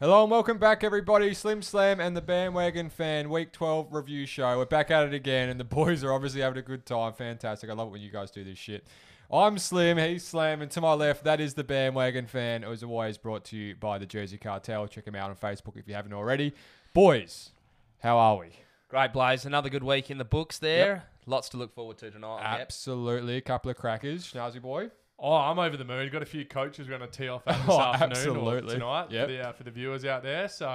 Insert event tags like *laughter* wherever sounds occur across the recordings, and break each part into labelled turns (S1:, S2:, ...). S1: Hello and welcome back, everybody. Slim Slam and the Bandwagon Fan Week 12 review show. We're back at it again, and the boys are obviously having a good time. Fantastic. I love it when you guys do this shit. I'm Slim, he's Slam, and to my left, that is the Bandwagon Fan, as always brought to you by the Jersey Cartel. Check him out on Facebook if you haven't already. Boys, how are we?
S2: Great Blaze, another good week in the books there. Lots to look forward to tonight. Oh, Yep.
S1: Absolutely. A couple of crackers, Schnauzy boy.
S3: Oh, I'm over the moon. Got a few coaches we're going to tee off
S1: *laughs*
S3: at this
S1: Oh,
S3: afternoon
S1: absolutely.
S3: or tonight
S1: Yep.
S3: for, the, uh, for the viewers out there. So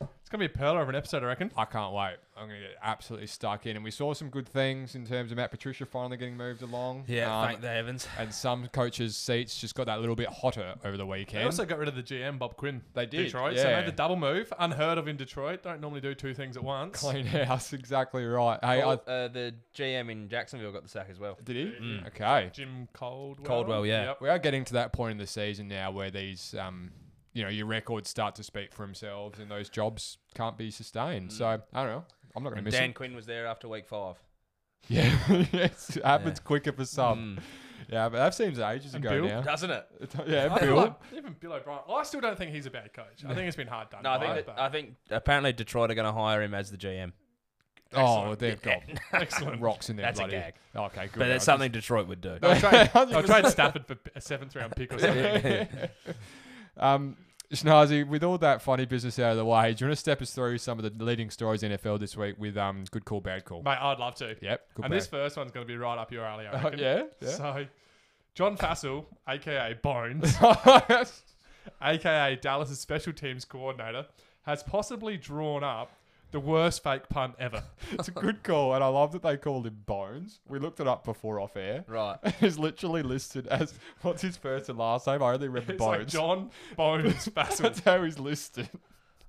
S3: it's going to be a pearler of an episode, I reckon.
S1: I can't wait. I'm going to get absolutely stuck in. And we saw some good things in terms of Matt Patricia finally getting moved along.
S2: Yeah,
S1: Um,
S2: thank the heavens.
S1: and some coaches' seats just got that little bit hotter over the
S3: They
S1: weekend.
S3: also got rid of the GM, Bob Quinn.
S1: They did,
S3: Detroit. So they
S1: yeah.
S3: made the double move. Unheard of in Detroit. Don't normally do two things at once.
S1: clean house, *laughs* exactly right. Hey,
S2: Oh,
S1: I,
S2: uh, the GM in Jacksonville got the sack as well.
S1: did he?
S2: Mm.
S1: Okay,
S3: Jim Coldwell.
S2: Caldwell, yeah.
S3: Yep.
S1: we are getting to that point in the season now where these, um, you know, your records start to speak for themselves, and those jobs can't be sustained. So I don't know. I'm not going to
S2: And
S1: miss
S2: Dan
S1: it.
S2: Quinn was there after week five.
S1: *laughs* Yeah, it's- it happens
S2: Yeah.
S1: quicker for some.
S2: *laughs* Mm.
S1: Yeah, but that seems ages
S3: And
S1: ago
S2: *laughs*
S3: Bill?
S1: now. *laughs*
S2: Doesn't it?
S1: yeah,
S3: I feel
S1: Bill.
S3: like even Bill O'Brien. I still don't think he's a bad coach. I think it's been hard done.
S2: No, I
S3: by,
S2: think that,
S3: but
S2: I think apparently Detroit are going to hire him as the GM.
S1: oh, well, they've
S2: *laughs*
S1: got
S3: excellent.
S1: rocks in there.
S2: That's a
S1: bloody.
S2: gag.
S1: Okay, good. *laughs*
S2: But that's
S1: I just-
S2: something Detroit would *laughs* do.
S3: They'll trade, they'll
S1: 100%.
S3: trade Stafford for a seventh round
S1: *laughs*
S3: pick or something.
S1: um, Schnazzy, with all that funny business out of the way, do you want to step us through some of the leading stories in NFL this week with um, good call, bad call?
S3: Mate, I'd love to.
S1: Yep, good bad.
S3: and this first one's going to be right up your alley. I
S1: Oh, *laughs*
S3: reckon.
S1: yeah, yeah.
S3: So, John Fassel, aka *laughs* Bones, aka Dallas' special teams coordinator, has possibly drawn up the worst fake punt *laughs* ever.
S1: it's a good call, and I love that they called him Bones. We looked it up before off air. *laughs*
S2: right.
S1: He's literally listed as what's his first and last name? I only remember
S3: It's like
S1: Bones.
S3: John *laughs* Bones
S1: *laughs* That's
S3: Fassel.
S1: how he's listed.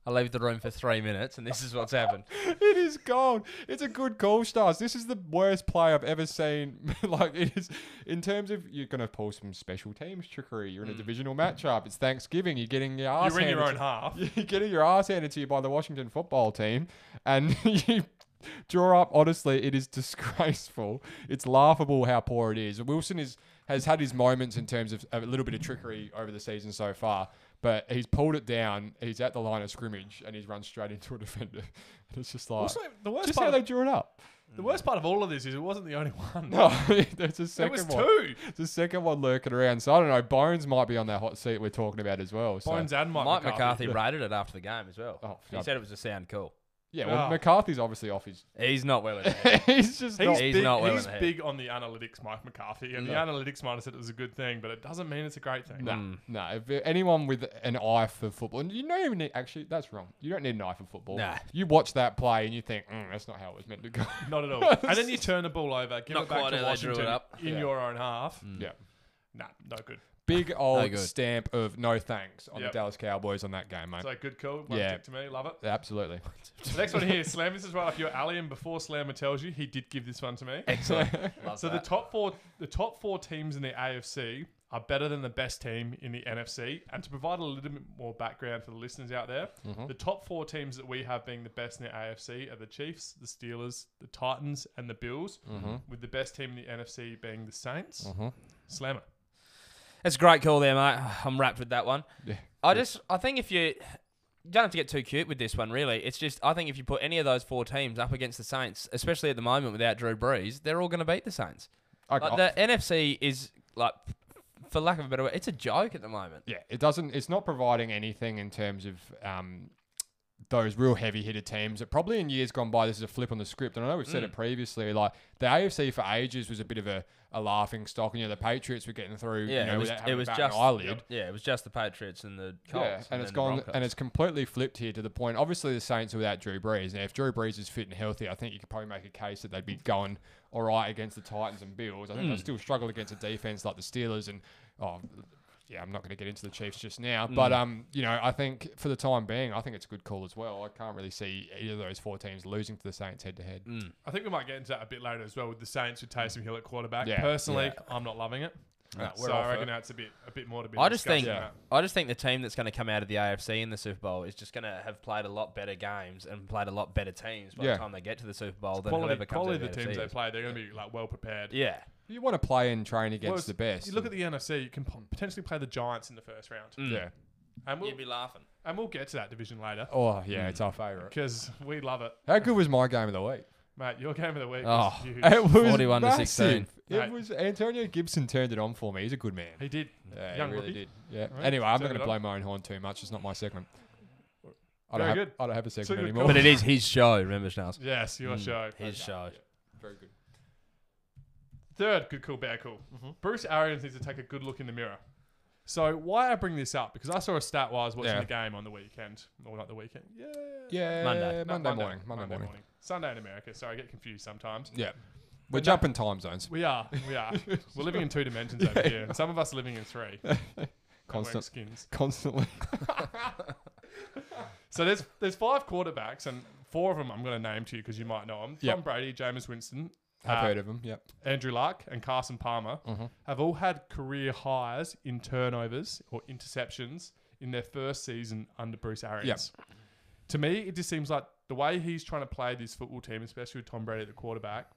S2: I leave the room for three minutes, and this is what's happened.
S1: *laughs* It is gold. It's a good call, Stars. This is the worst play I've ever seen. *laughs* like it is in terms of you're gonna pull some special teams trickery. You're in a divisional matchup. It's Thanksgiving. You're getting your ass.
S3: Mm. You're in your own
S1: handed
S3: half.
S1: to- You're *laughs* getting your ass handed to you by the Washington football team, and *laughs* you draw up. Honestly, it is *laughs* disgraceful. It's laughable how poor it is. Wilson is has had his moments in terms of a little bit of trickery over the season so far. But he's pulled it down. He's at the line of scrimmage and he's run straight into a defender. *laughs* And it's just like
S3: Also, the worst,
S1: just
S3: part
S1: how
S3: of,
S1: they drew it up. *laughs*
S3: the worst part of all of this is it wasn't the only *laughs* one.
S1: No, there's a
S3: There
S1: second
S3: was
S1: one.
S3: two.
S1: There's a second one lurking around. So I don't know. Bones might be on that hot seat we're talking about as well. So.
S3: Bones and
S2: *laughs*
S3: Mike,
S2: Mike
S3: McCarthy.
S2: McCarthy rated it after the game as well.
S1: Oh,
S2: he
S1: God.
S2: said it was a sound call.
S1: yeah, well,
S3: Ah.
S1: McCarthy's obviously off his. *laughs*
S2: He's not well *laughs* at all.
S1: he's just
S3: He's,
S1: not.
S2: He's
S3: big,
S2: not well
S3: he's
S2: in the head.
S3: big on the analytics, Mike McCarthy, and the
S1: No.
S3: analytics might have said it was a good thing, but it doesn't mean it's a great thing.
S1: No,
S2: Mm.
S1: no. If anyone with an eye for football, and you don't even need. Actually, that's wrong. You don't need an eye for football.
S2: Nah.
S1: You watch that play and you think, mm, that's not how it was meant to go. *laughs*
S3: Not at all. and then you turn the ball over, give
S2: Not
S3: it back
S2: quite
S3: to
S2: how they drew it
S3: Washington
S2: up. Mm.
S3: in
S1: Yeah.
S3: your own half.
S1: yeah.
S3: Nah, no good.
S1: Big old
S2: good.
S1: stamp of no thanks on
S3: Yep.
S1: the Dallas Cowboys on that game, mate.
S3: So good call. One
S1: Yeah.
S3: tick to me. Love it.
S1: Absolutely. *laughs*
S3: The next one here, Slam. This is right up your alley. And before Slammer tells you, he did give this one to me.
S2: Excellent. *laughs* Love
S3: So the
S2: that.
S3: top four, the top four teams in the AFC are better than the best team in the NFC. And to provide a little bit more background for the listeners out there,
S2: Mm-hmm.
S3: the top four teams that we have being the best in the AFC are the Chiefs, the Steelers, the Titans, and the Bills.
S2: Mm-hmm.
S3: With the best team in the NFC being the Saints. Slammer.
S2: That's a great call there, mate. *sighs* I'm wrapped with that one.
S1: Yeah.
S2: I just, I think if you, you don't have to get too cute with this one, really. It's just, I think if you put any of those four teams up against the Saints, especially at the moment without Drew Brees, they're all going to beat the Saints.
S1: Okay.
S2: Like the NFC is like, for lack of a better word, it's a joke at the moment.
S1: Yeah, it doesn't. It's not providing anything in terms of um, those real heavy hitter teams. That probably in years gone by, this is a flip on the script. And I know we've
S2: Mm.
S1: said it previously. Like the AFC for ages was a bit of a, a laughing stock, and you know the Patriots were getting through.
S2: Yeah,
S1: you know,
S2: it was,
S1: without
S2: it
S1: having
S2: was
S1: to bat
S2: just,
S1: an eyelid.
S2: yeah, it was just the Patriots and the Colts.
S1: Yeah, and it's
S2: then the
S1: gone
S2: Broncos.
S1: and it's completely flipped here to the point. Obviously, the Saints are without Drew Brees, and if Drew Brees is fit and healthy, I think you could probably make a case that they'd be going all right against the Titans and Bills. I think they'll
S2: Hmm.
S1: still struggle against a defense like the Steelers and oh. Yeah, I'm not going to get into the Chiefs just now,
S2: Hmm.
S1: but um, you know, I think for the time being, I think it's a good call as well. I can't really see either of those four teams losing to the Saints head to head.
S2: Hmm.
S3: I think we might get into that a bit later as well with the Saints with Taysom Hill at quarterback.
S1: Yeah.
S3: Personally,
S2: Yeah.
S3: I'm not loving it.
S1: No, we're
S3: so
S1: off
S3: I reckon
S1: it.
S3: that's a bit a bit more to be.
S2: I just think
S3: discussed than that.
S2: I just think the team that's going to come out of the AFC in the Super Bowl is just going to have played a lot better games and played a lot better teams by
S1: Yeah.
S2: the time they get to the Super Bowl than
S3: quality,
S2: whoever comes
S3: quality
S2: out
S3: of the
S2: AFC
S3: teams they
S2: is.
S3: play, they're going to be like well prepared.
S2: Yeah,
S1: You want to play and train against
S3: Well,
S1: the best.
S2: Mm. Hmm.
S3: You look at the NFC, you can po- potentially play the Giants in the first round.
S1: yeah,
S3: And we'll,
S2: You'd be laughing.
S3: and we'll get to that division later
S1: Oh yeah, it's
S2: Hmm.
S1: our favourite.
S3: because we love it.
S1: How good was my game of the week?
S3: Mate, your game of the week was
S2: Oh.
S3: huge.
S1: It was
S2: 41 to 16.
S1: massive. It
S3: Mate.
S1: was Antonio Gibson turned it on for me. He's a good man.
S3: He did.
S1: Yeah,
S3: Young
S1: he really
S3: rookie.
S1: did. Yeah.
S3: Alright,
S1: Anyway, I'm not
S3: turn
S1: going
S3: it
S1: to blow my own horn too much. It's not my segment. I don't,
S3: Very
S1: have,
S3: good.
S1: I don't have a segment
S3: good
S1: anymore.
S3: call.
S2: But it is his show, remember, Schnauzer?
S3: Yes, your show.
S2: Mm, His show.
S1: Very good.
S3: Third, good call, bad call.
S1: Mm-hmm.
S3: Bruce Arians needs to take a good look in the mirror. So why I bring this up because I saw a stat while I was watching
S1: Yeah.
S3: the game on the weekend, or not the weekend. Yeah.
S1: Yeah.
S2: Monday.
S1: Monday.
S3: No,
S1: morning. Monday, morning.
S3: Sunday in America. Sorry, I get confused sometimes.
S1: Yeah. We're
S3: But no-
S1: jumping time zones *laughs*
S3: We are. We are. We're living in two dimensions over here. And some of us are living
S1: *laughs*
S3: in three. We're wearing
S1: Constant.
S3: skins.
S1: constantly.
S3: So there's there's five quarterbacks, and four of them I'm going to name to you because you might know them.
S1: Yep.
S3: Tom Brady, Jameis Winston,
S1: I've
S3: Uh, mm-hmm.
S1: heard of them. Yep.
S3: Andrew Luck, and Carson Palmer have all had career highs in turnovers or interceptions in their first season under Bruce Arians. To me, it just seems like the way he's trying to play this football team, especially with Tom Brady at the quarterback,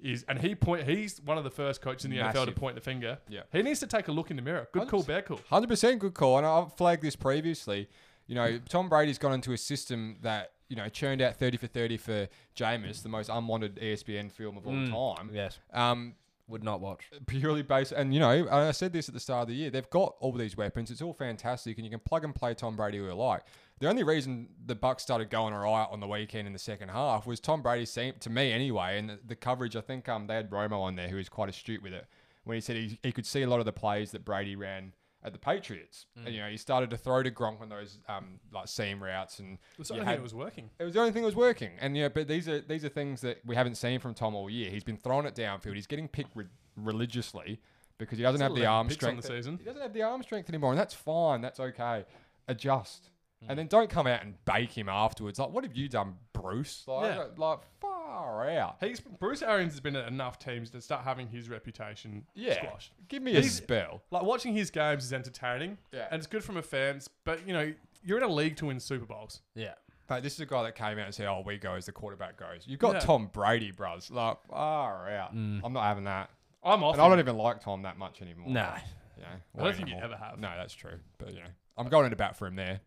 S3: is and he point he's one of the first coaches in the NFL to
S1: Massive.
S3: point the finger.
S1: Yeah.
S3: He needs to take a look in the mirror. Good call, bad call.
S1: Hundred percent good call, and I've flagged this previously. You know, Tom Brady's gone into a system that you know churned out thirty for thirty for Jameis, the most unwanted E ESPN film of all
S3: Mm.
S1: time.
S2: Yes.
S1: Um,
S2: Would not watch.
S1: purely based, and you know, and I said this at the start of the year. They've got all these weapons. It's all fantastic, and you can plug and play Tom Brady all you like. The only reason the Bucks started going alright on the weekend in the second half was Tom Brady seemed to me anyway, and the, the coverage. I think um they had Romo on there who was quite astute with it when he said he, he could see a lot of the plays that Brady ran at the Patriots,
S3: Mm.
S1: and you know he started to throw to Gronk on those um like seam routes and
S3: So
S1: you
S3: I
S1: had-
S3: think it was working.
S1: it was the only thing that was working, and yeah, but these are these are things that we haven't seen from Tom all year. He's been throwing it downfield. He's getting picked re- religiously because he doesn't have the
S3: 11
S1: arm
S3: picks on
S1: strength.
S3: the season.
S1: He doesn't have the arm strength anymore, and that's fine. That's okay. Adjust,
S3: Hmm.
S1: and then don't come out and bake him afterwards. Like, what have you done, Bruce? Like,
S3: Yeah.
S1: like far out.
S3: He's Bruce Arians has been at enough teams to start having his reputation
S1: Yeah,
S3: squashed.
S1: give me
S3: He's-
S1: a spell.
S3: Like watching his games is entertaining,
S1: Yeah.
S3: and it's good from a fans. But you know, you're in a league to win Super Bowls.
S2: Yeah.
S1: But this is a guy that came out and said, "Oh, we go as the quarterback goes." You've got
S3: Yeah.
S1: Tom Brady, bros. Like, far out. I'm not having that.
S3: I'm off.
S1: And I
S3: him.
S1: don't even like Tom that much anymore.
S2: Nah.
S1: Yeah,
S3: I don't think you ever have.
S1: Uh, No, that's true. But you know, I'm going into bat for him there.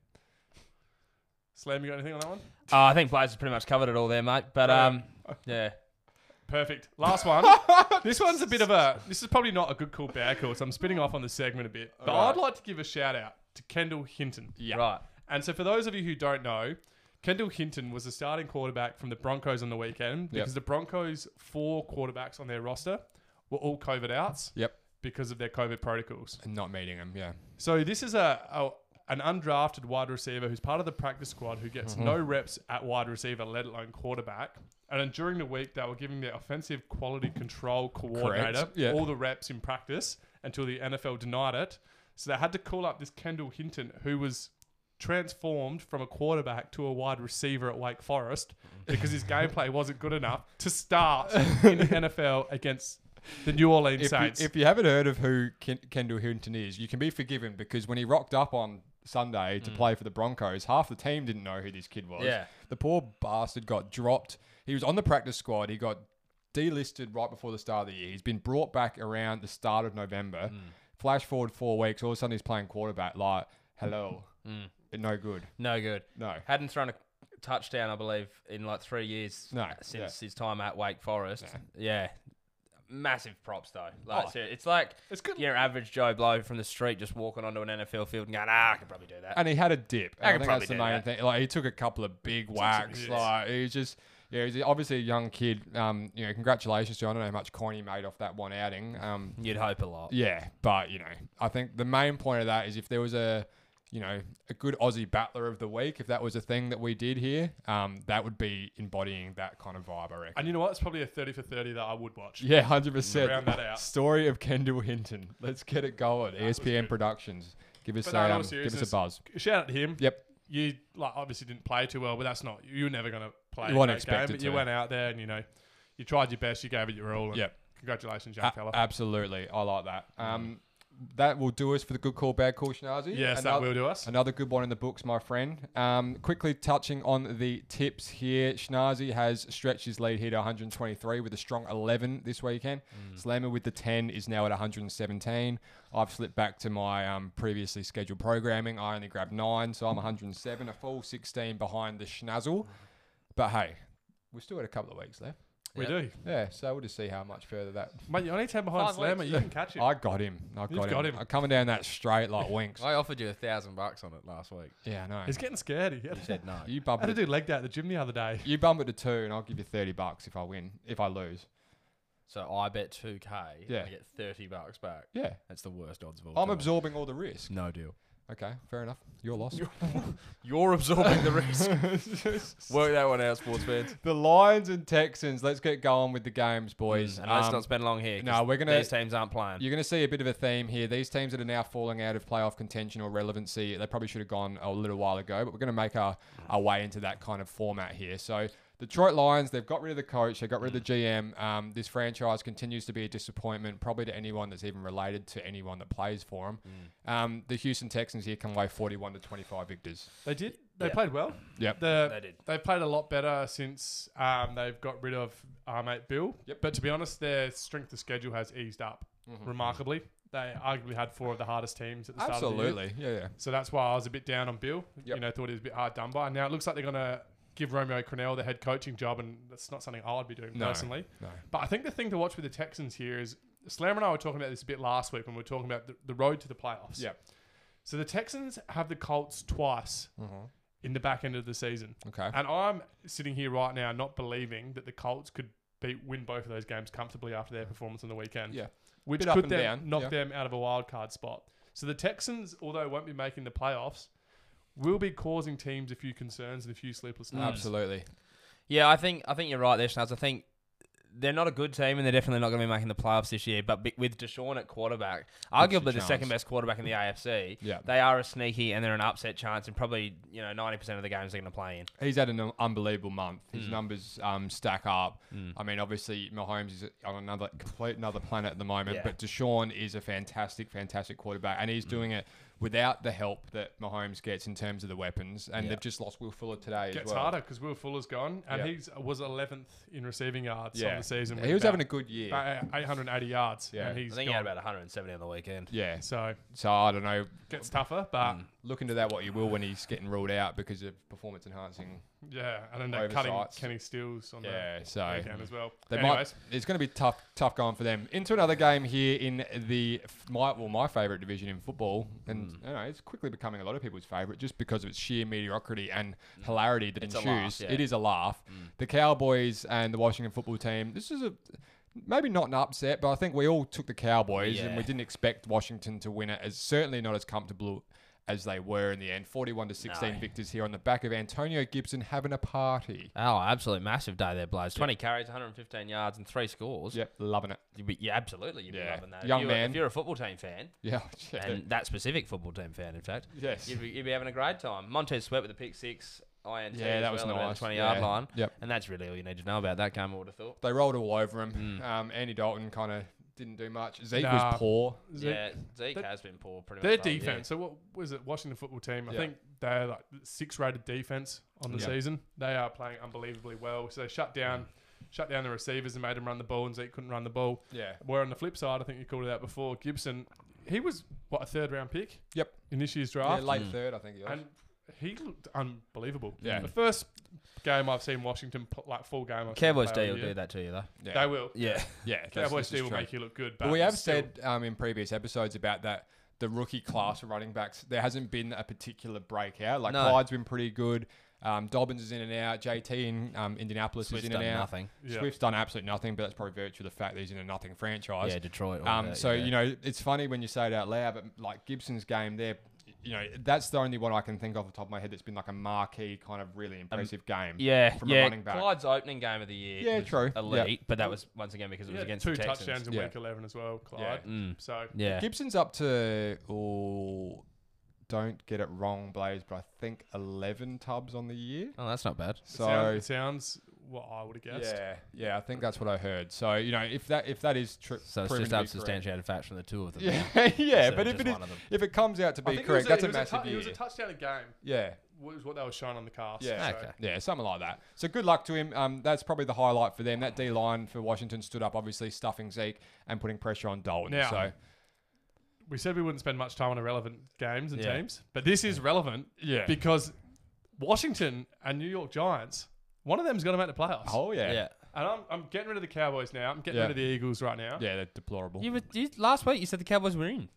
S3: Slam, you got anything on that one?
S2: Uh, I think Blaze has pretty much covered it all there, mate. But um, yeah.
S3: Perfect.
S1: *laughs*
S3: Last one. this one's a bit of a. This is probably not a good call, bad call. So I'm spinning off on the segment a bit. But
S1: Alright.
S3: I'd like to give a shout out to Kendall Hinton.
S1: Yeah.
S2: Right.
S3: And so for those of you who don't know, Kendall Hinton was the starting quarterback from the Broncos on the weekend because the Broncos' four quarterbacks on their roster were all COVID outs
S1: Yep.
S3: because of their COVID protocols.
S1: And not meeting him. Yeah.
S3: So this is a, a an undrafted wide receiver who's part of the practice squad who gets
S1: Mm-hmm.
S3: no reps at wide receiver, let alone quarterback. And then during the week, they were giving their offensive quality control coordinator
S1: Correct, yeah.
S3: all the reps in practice until the NFL denied it. So they had to call up this Kendall Hinton, who was transformed from a quarterback to a wide receiver at Wake Forest
S1: Mm.
S3: because his gameplay wasn't good enough to
S1: *laughs*
S3: start in the NFL against the New Orleans
S1: If you,
S3: Saints.
S1: if you haven't heard of who Ken- Kendall Hinton is, you can be forgiven because when he rocked up on Sunday to play for the Broncos, half the team didn't know who this kid was.
S2: Yeah.
S1: The poor bastard got dropped. He was on the practice squad. He got delisted right before the start of the year. He's been brought back around the start of November. Flash forward four weeks. All of a sudden, he's playing quarterback. Like, hello. No good.
S2: No good.
S1: No.
S2: Hadn't thrown a touchdown, I believe, in like three years
S1: No,
S2: since his time at Wake Forest. Yeah. Massive props though. Like ser- it's like
S3: It's
S2: *laughs*
S3: good-
S2: your average Joe Blow from the street just walking onto an NFL field and going, ah, I can probably do that.
S1: and he had a dip. And
S2: I
S1: I,
S2: could
S1: think
S2: probably
S1: that's the
S2: do
S1: main
S2: that.
S1: thing. Like he took a couple of big whacks.
S3: hits.
S1: Like he was just yeah, he's obviously a young kid. Um, you know, congratulations to him. I don't know how much coin he made off that one outing. Um,
S2: You'd hope a lot.
S1: yeah, but you know, I think the main point of that is if there was a you know, a good Aussie battler of the week, if that was a thing that we did here, um, that would be embodying that kind of vibe, I reckon.
S3: and you know what? It's probably a 30 for 30 that I would watch.
S1: yeah, hundred percent.
S3: Round that
S1: *laughs*
S3: out.
S1: Story of Kendall Hinton. Let's get it going. E ESPN Productions. Give us
S3: But
S1: a,
S3: no, in
S1: um,
S3: all
S1: give us a
S3: seriousness,
S1: buzz.
S3: Shout out to him.
S1: Yep.
S3: You like obviously didn't play too well, but that's not you were never going to play.
S1: You weren't
S3: that game,
S1: expected
S3: but you
S1: to.
S3: went out there and you know you tried your best. You gave it your all. And
S1: Yep. Uh,
S3: Congratulations, young
S1: A-
S3: fella.
S1: Absolutely, I like that. Um, that will do us for the good call, bad call, Shinazi.
S3: Yes, that
S1: Another-
S3: will do us.
S1: Another good one in the books, my friend. Um, quickly touching on the tips here, Schnazi has stretched his lead here to 123 with a strong 11 this weekend.
S3: Mm.
S1: Slammer with the 10 is now at 117. I've slipped back to my um, previously scheduled programming. I only grabbed nine, so I'm 107, a full 16 behind the Schnazzle. But hey, we still got a couple of weeks left.
S3: We
S2: Yeah.
S3: do.
S1: Yeah, so we'll just see how much further that.
S3: Mate, you're only 10 behind
S2: Five
S3: Slammer.
S2: weeks.
S3: You can catch him.
S1: I got him. I got him.
S3: got him.
S1: I'm coming down that straight *laughs* like winks.
S4: I offered you a thousand bucks on it last week.
S1: yeah, I know.
S3: He's getting scared. He had,
S4: You
S3: *laughs*
S4: said no.
S1: *laughs* You
S3: had
S1: bump
S3: to
S1: it
S3: do leg day at the gym the other day.
S1: You bump it to two, and I'll give you thirty bucks if I win. If I lose,
S4: So I bet two k.
S1: Yeah.
S4: I get thirty bucks back.
S1: yeah,
S4: That's the worst odds of all.
S1: I'm
S4: time.
S1: absorbing all the risk.
S4: No deal.
S1: Okay, fair enough. Your loss.
S4: You're absorbing the risk. *laughs* Work that one out, sports fans.
S1: the Lions and Texans. Let's get going with the games, boys.
S2: Mm, And let's
S1: Um,
S2: not spend long here. 'cause
S1: no, we're gonna-
S2: These teams aren't playing.
S1: You're going to see a bit of a theme here. These teams that are now falling out of playoff contention or relevancy, they probably should have gone a little while ago, but we're going to make our, our way into that kind of format here. So, Detroit Lions, they've got rid of the coach, they got rid of the GM. Um, this franchise continues to be a disappointment, probably to anyone that's even related to anyone that plays for them.
S2: Mm.
S1: Um, the Houston Texans here come away 41 to 25 victors.
S3: They did. They
S2: Yeah.
S3: played well.
S1: Yep.
S3: The,
S2: They did.
S3: They've played a lot better since um, they've got rid of our mate Bill.
S1: Yep. Mm-hmm.
S3: But to be honest, their strength of schedule has eased up remarkably. They arguably had four of the hardest teams at the start of the year.
S1: Absolutely. Yeah, yeah.
S3: So that's why I was a bit down on Bill.
S1: Yep.
S3: You know, thought he was a bit hard done by. Now it looks like they're going to give Romeo Crennel the head coaching job, and that's not something I would be doing
S1: No.
S3: personally.
S1: No.
S3: But I think the thing to watch with the Texans here is Slam and I were talking about this a bit last week when we were talking about the, the road to the playoffs.
S1: Yep.
S3: So the Texans have the Colts twice in the back end of the season.
S1: Mm-hmm. Okay.
S3: And I'm sitting here right now not believing that the Colts could beat win both of those games comfortably after their performance on the weekend.
S1: Yeah.
S3: Which
S1: Bit up
S3: could
S1: and
S3: then
S1: down,
S3: knock
S1: yeah.
S3: them out of a wild card spot. So the Texans, although won't be making the playoffs, will be causing teams a few concerns and a few sleepless nights.
S1: Mm. Absolutely.
S2: Yeah, I think I think you're right there, Schnaz. I think they're not a good team, and they're definitely not going to be making the playoffs this year. But be- with Deshaun at quarterback,
S1: What's your
S2: arguably the
S1: chance?
S2: second best quarterback in the AFC,
S1: Yeah.
S2: they are a sneaky and they're an upset chance, and probably you know ninety percent of the games they're going to play in.
S1: He's had an un- unbelievable month. His numbers um, stack up. I mean, obviously Mahomes is on another complete another planet at the moment,
S2: Yeah.
S1: but Deshaun is a fantastic, fantastic quarterback, and he's doing it without the help that Mahomes gets in terms of the weapons. And they've just lost Will Fuller today as
S3: Gets
S1: well.
S3: harder because Will Fuller's gone, and
S1: Yeah.
S3: he's he was 11th in receiving yards on
S1: Yeah,
S3: the season.
S1: he
S3: with
S1: was
S3: about-
S1: having a good year.
S3: about 880 yards.
S1: Yeah.
S3: and he's
S2: I think he
S3: gone.
S2: had about 170 on the weekend.
S1: yeah.
S3: so
S1: So I don't know.
S3: gets tougher, but
S1: Look into that what you will when he's getting ruled out because of performance enhancing.
S3: yeah, and then they're cutting
S1: Oversights.
S3: Kenny Stills on
S1: Yeah. So
S3: the weekend as well.
S1: They
S3: Anyways,
S1: might. It's going to be tough, tough going for them. Into another game here in the f- my well, my favorite division in football, and
S2: Hmm.
S1: I don't know, it's quickly becoming a lot of people's favorite just because of its sheer mediocrity and hilarity that
S2: Hmm. It's a
S1: ensues.
S2: laugh, yeah. Hmm.
S1: It is a laugh. The Cowboys and the Washington Football Team. This is a maybe not an upset, but I think we all took the Cowboys, and
S2: Yeah.
S1: we didn't expect Washington to win it. As certainly not as comfortable. As they were in the end, forty-one to sixteen
S2: No.
S1: victors here on the back of Antonio Gibson having a party.
S2: Oh, absolutely massive day there, Blaze. 20 carries, 115 yards, and three scores.
S1: Yep, loving it.
S2: You'd be, yeah, absolutely. You'd
S1: Yeah.
S2: be loving that.
S1: Young
S2: if you're,
S1: man.
S2: If you're a football team fan,
S1: Yeah, *laughs*
S2: and that specific football team fan, in fact,
S1: yes.
S2: you'd be, you'd be having a great time. Montez Sweat with a pick six, INT.
S1: Yeah,
S2: as
S1: that was
S2: well, about
S1: nice.
S2: the 20
S1: Yeah.
S2: yard line.
S1: Yep.
S2: And that's really all you need to know about that game, I would have thought.
S1: They rolled all over him. Um, Andy Dalton kind of didn't do much. Zeke was
S3: Hmm. Nah.
S1: poor.
S3: Zeke-
S2: yeah, Zeke
S3: that-
S2: has been poor pretty
S3: Their
S2: much. the whole year.
S3: defense. So what was it? Washington football team. I
S1: Yeah.
S3: think they're like six rated defense on the
S1: Yeah.
S3: season. They are playing unbelievably well. So they shut down, shut down the receivers and made them run the ball, and Zeke couldn't run the ball.
S1: Yeah.
S3: Where on the flip side, I think you called it out before. Gibson, he was what a third round pick
S1: Yep.
S3: in this year's
S1: Yeah,
S3: draft,
S1: late third, I think. He was.
S3: and he looked unbelievable.
S1: Yeah.
S3: the first game I've seen Washington pl- like full game. I've seen
S2: Cowboys
S3: play
S2: D
S3: all
S2: will do
S3: year.
S2: that to you, though.
S1: yeah.
S3: They will.
S2: Yeah.
S1: yeah. that's-
S3: Cowboys
S1: this
S3: D
S1: is
S3: will
S1: true.
S3: make you look good.
S1: But
S3: But
S1: we have
S3: still-
S1: said um, in previous episodes about that the rookie class of running backs. There hasn't been a particular breakout. Like
S2: No.
S1: Clyde's been pretty good. Um, Dobbins is in and out. JT in um, Indianapolis
S2: Swift's
S1: is in and
S2: done
S1: out.
S2: nothing.
S3: Yeah.
S1: Swift's done absolutely nothing, but that's probably virtue of the fact that he's in a nothing franchise.
S2: Yeah, Detroit. all
S1: Um,
S2: that,
S1: so
S2: Oh, yeah.
S1: you know, it's funny when you say it out loud, but like Gibson's game there, you know, that's the only one I can think of off the top of my head that's been like a marquee kind of really impressive game.
S2: Um, Yeah,
S1: from a
S2: yeah.
S1: running back.
S2: Clyde's opening game of the year.
S1: Yeah,
S2: was
S1: true.
S2: Elite,
S1: Yeah.
S2: but that was once again because it was
S3: Yeah,
S2: against
S3: two
S2: the Texans.
S3: touchdowns in
S1: Yeah.
S3: week eleven as well, Clyde.
S1: Yeah.
S2: Mm.
S3: So
S2: Yeah.
S1: Gibson's up to oh, don't get it wrong, Blaze, but I think eleven tubs on the year.
S2: Oh, that's not bad.
S3: It
S1: So
S3: sound- it sounds what I would have guessed.
S1: Yeah, yeah, I think that's what I heard. So you know, if that if that is true,
S2: So
S1: proven
S2: it's just
S1: to be correct-
S2: unsubstantiated facts from the two of
S1: *laughs*
S2: them. *laughs*
S1: Yeah, yeah,
S2: Instead
S1: but
S2: of
S1: if it
S2: just
S1: is,
S2: one of them.
S1: if it comes out to
S3: I
S1: be
S3: think
S1: correct,
S3: it was
S1: that's
S3: it
S1: a
S3: was
S1: massive
S3: tou- It
S1: year.
S3: was a touchdown a game.
S1: yeah,
S3: Was what they were showing on the cast.
S1: Yeah.
S3: so-
S2: Okay.
S1: yeah, something like that. So good luck to him. Um, that's probably the highlight for them. That D line for Washington stood up, obviously stuffing Zeke and putting pressure on Dalton.
S3: Now-
S1: so
S3: We said we wouldn't spend much time on irrelevant games and
S2: Yeah.
S3: teams, but this is relevant
S1: yeah,
S3: *laughs* because Washington and New York Giants, one of them's going to make the playoffs.
S1: oh yeah, yeah,
S2: Yeah.
S3: And I'm, I'm getting rid of the Cowboys now. I'm getting
S1: Yeah.
S3: rid of the Eagles right now.
S1: they're deplorable.
S2: You were, you, last week you said the Cowboys were in.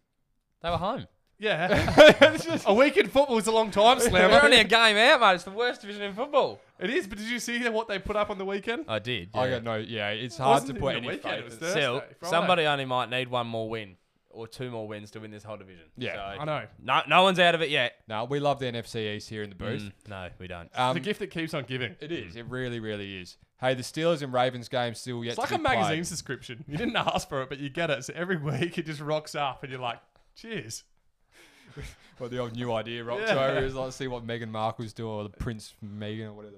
S2: They were *laughs* home.
S3: Yeah.
S1: *laughs*
S3: *laughs* a week in football is a long time,
S2: They're
S3: Slammer.
S2: only a game out, mate. It's the worst division in football.
S3: it is, but did you see what they put up on the
S1: Uh,
S3: weekend?
S2: I did.
S1: I got no. Yeah, it's hard
S3: Wasn't
S1: to
S3: it
S1: put
S3: even the
S1: *laughs* any
S3: weekend, it
S1: faith
S3: was
S1: in-
S3: the-
S2: Still,
S3: Thursday, Friday.
S2: somebody only might need one more win or two more wins to win this whole division.
S1: Yeah.
S2: So,
S3: I know.
S2: No, no one's out of it yet.
S1: No, we love the NFC East here in the booth.
S2: Mm, no, we don't.
S1: Um,
S3: the gift that keeps on giving.
S1: it is. It really, really is. Hey, the Steelers and Ravens game still yet
S3: It's like
S1: to
S3: a
S1: be
S3: magazine
S1: played.
S3: subscription. You didn't ask for it, but you get it. So every week it just rocks up and you're like, cheers.
S1: Well, the old new idea rocks
S3: Yeah.
S1: over is like see what Meghan Markle's doing or the Prince Megan or whatever.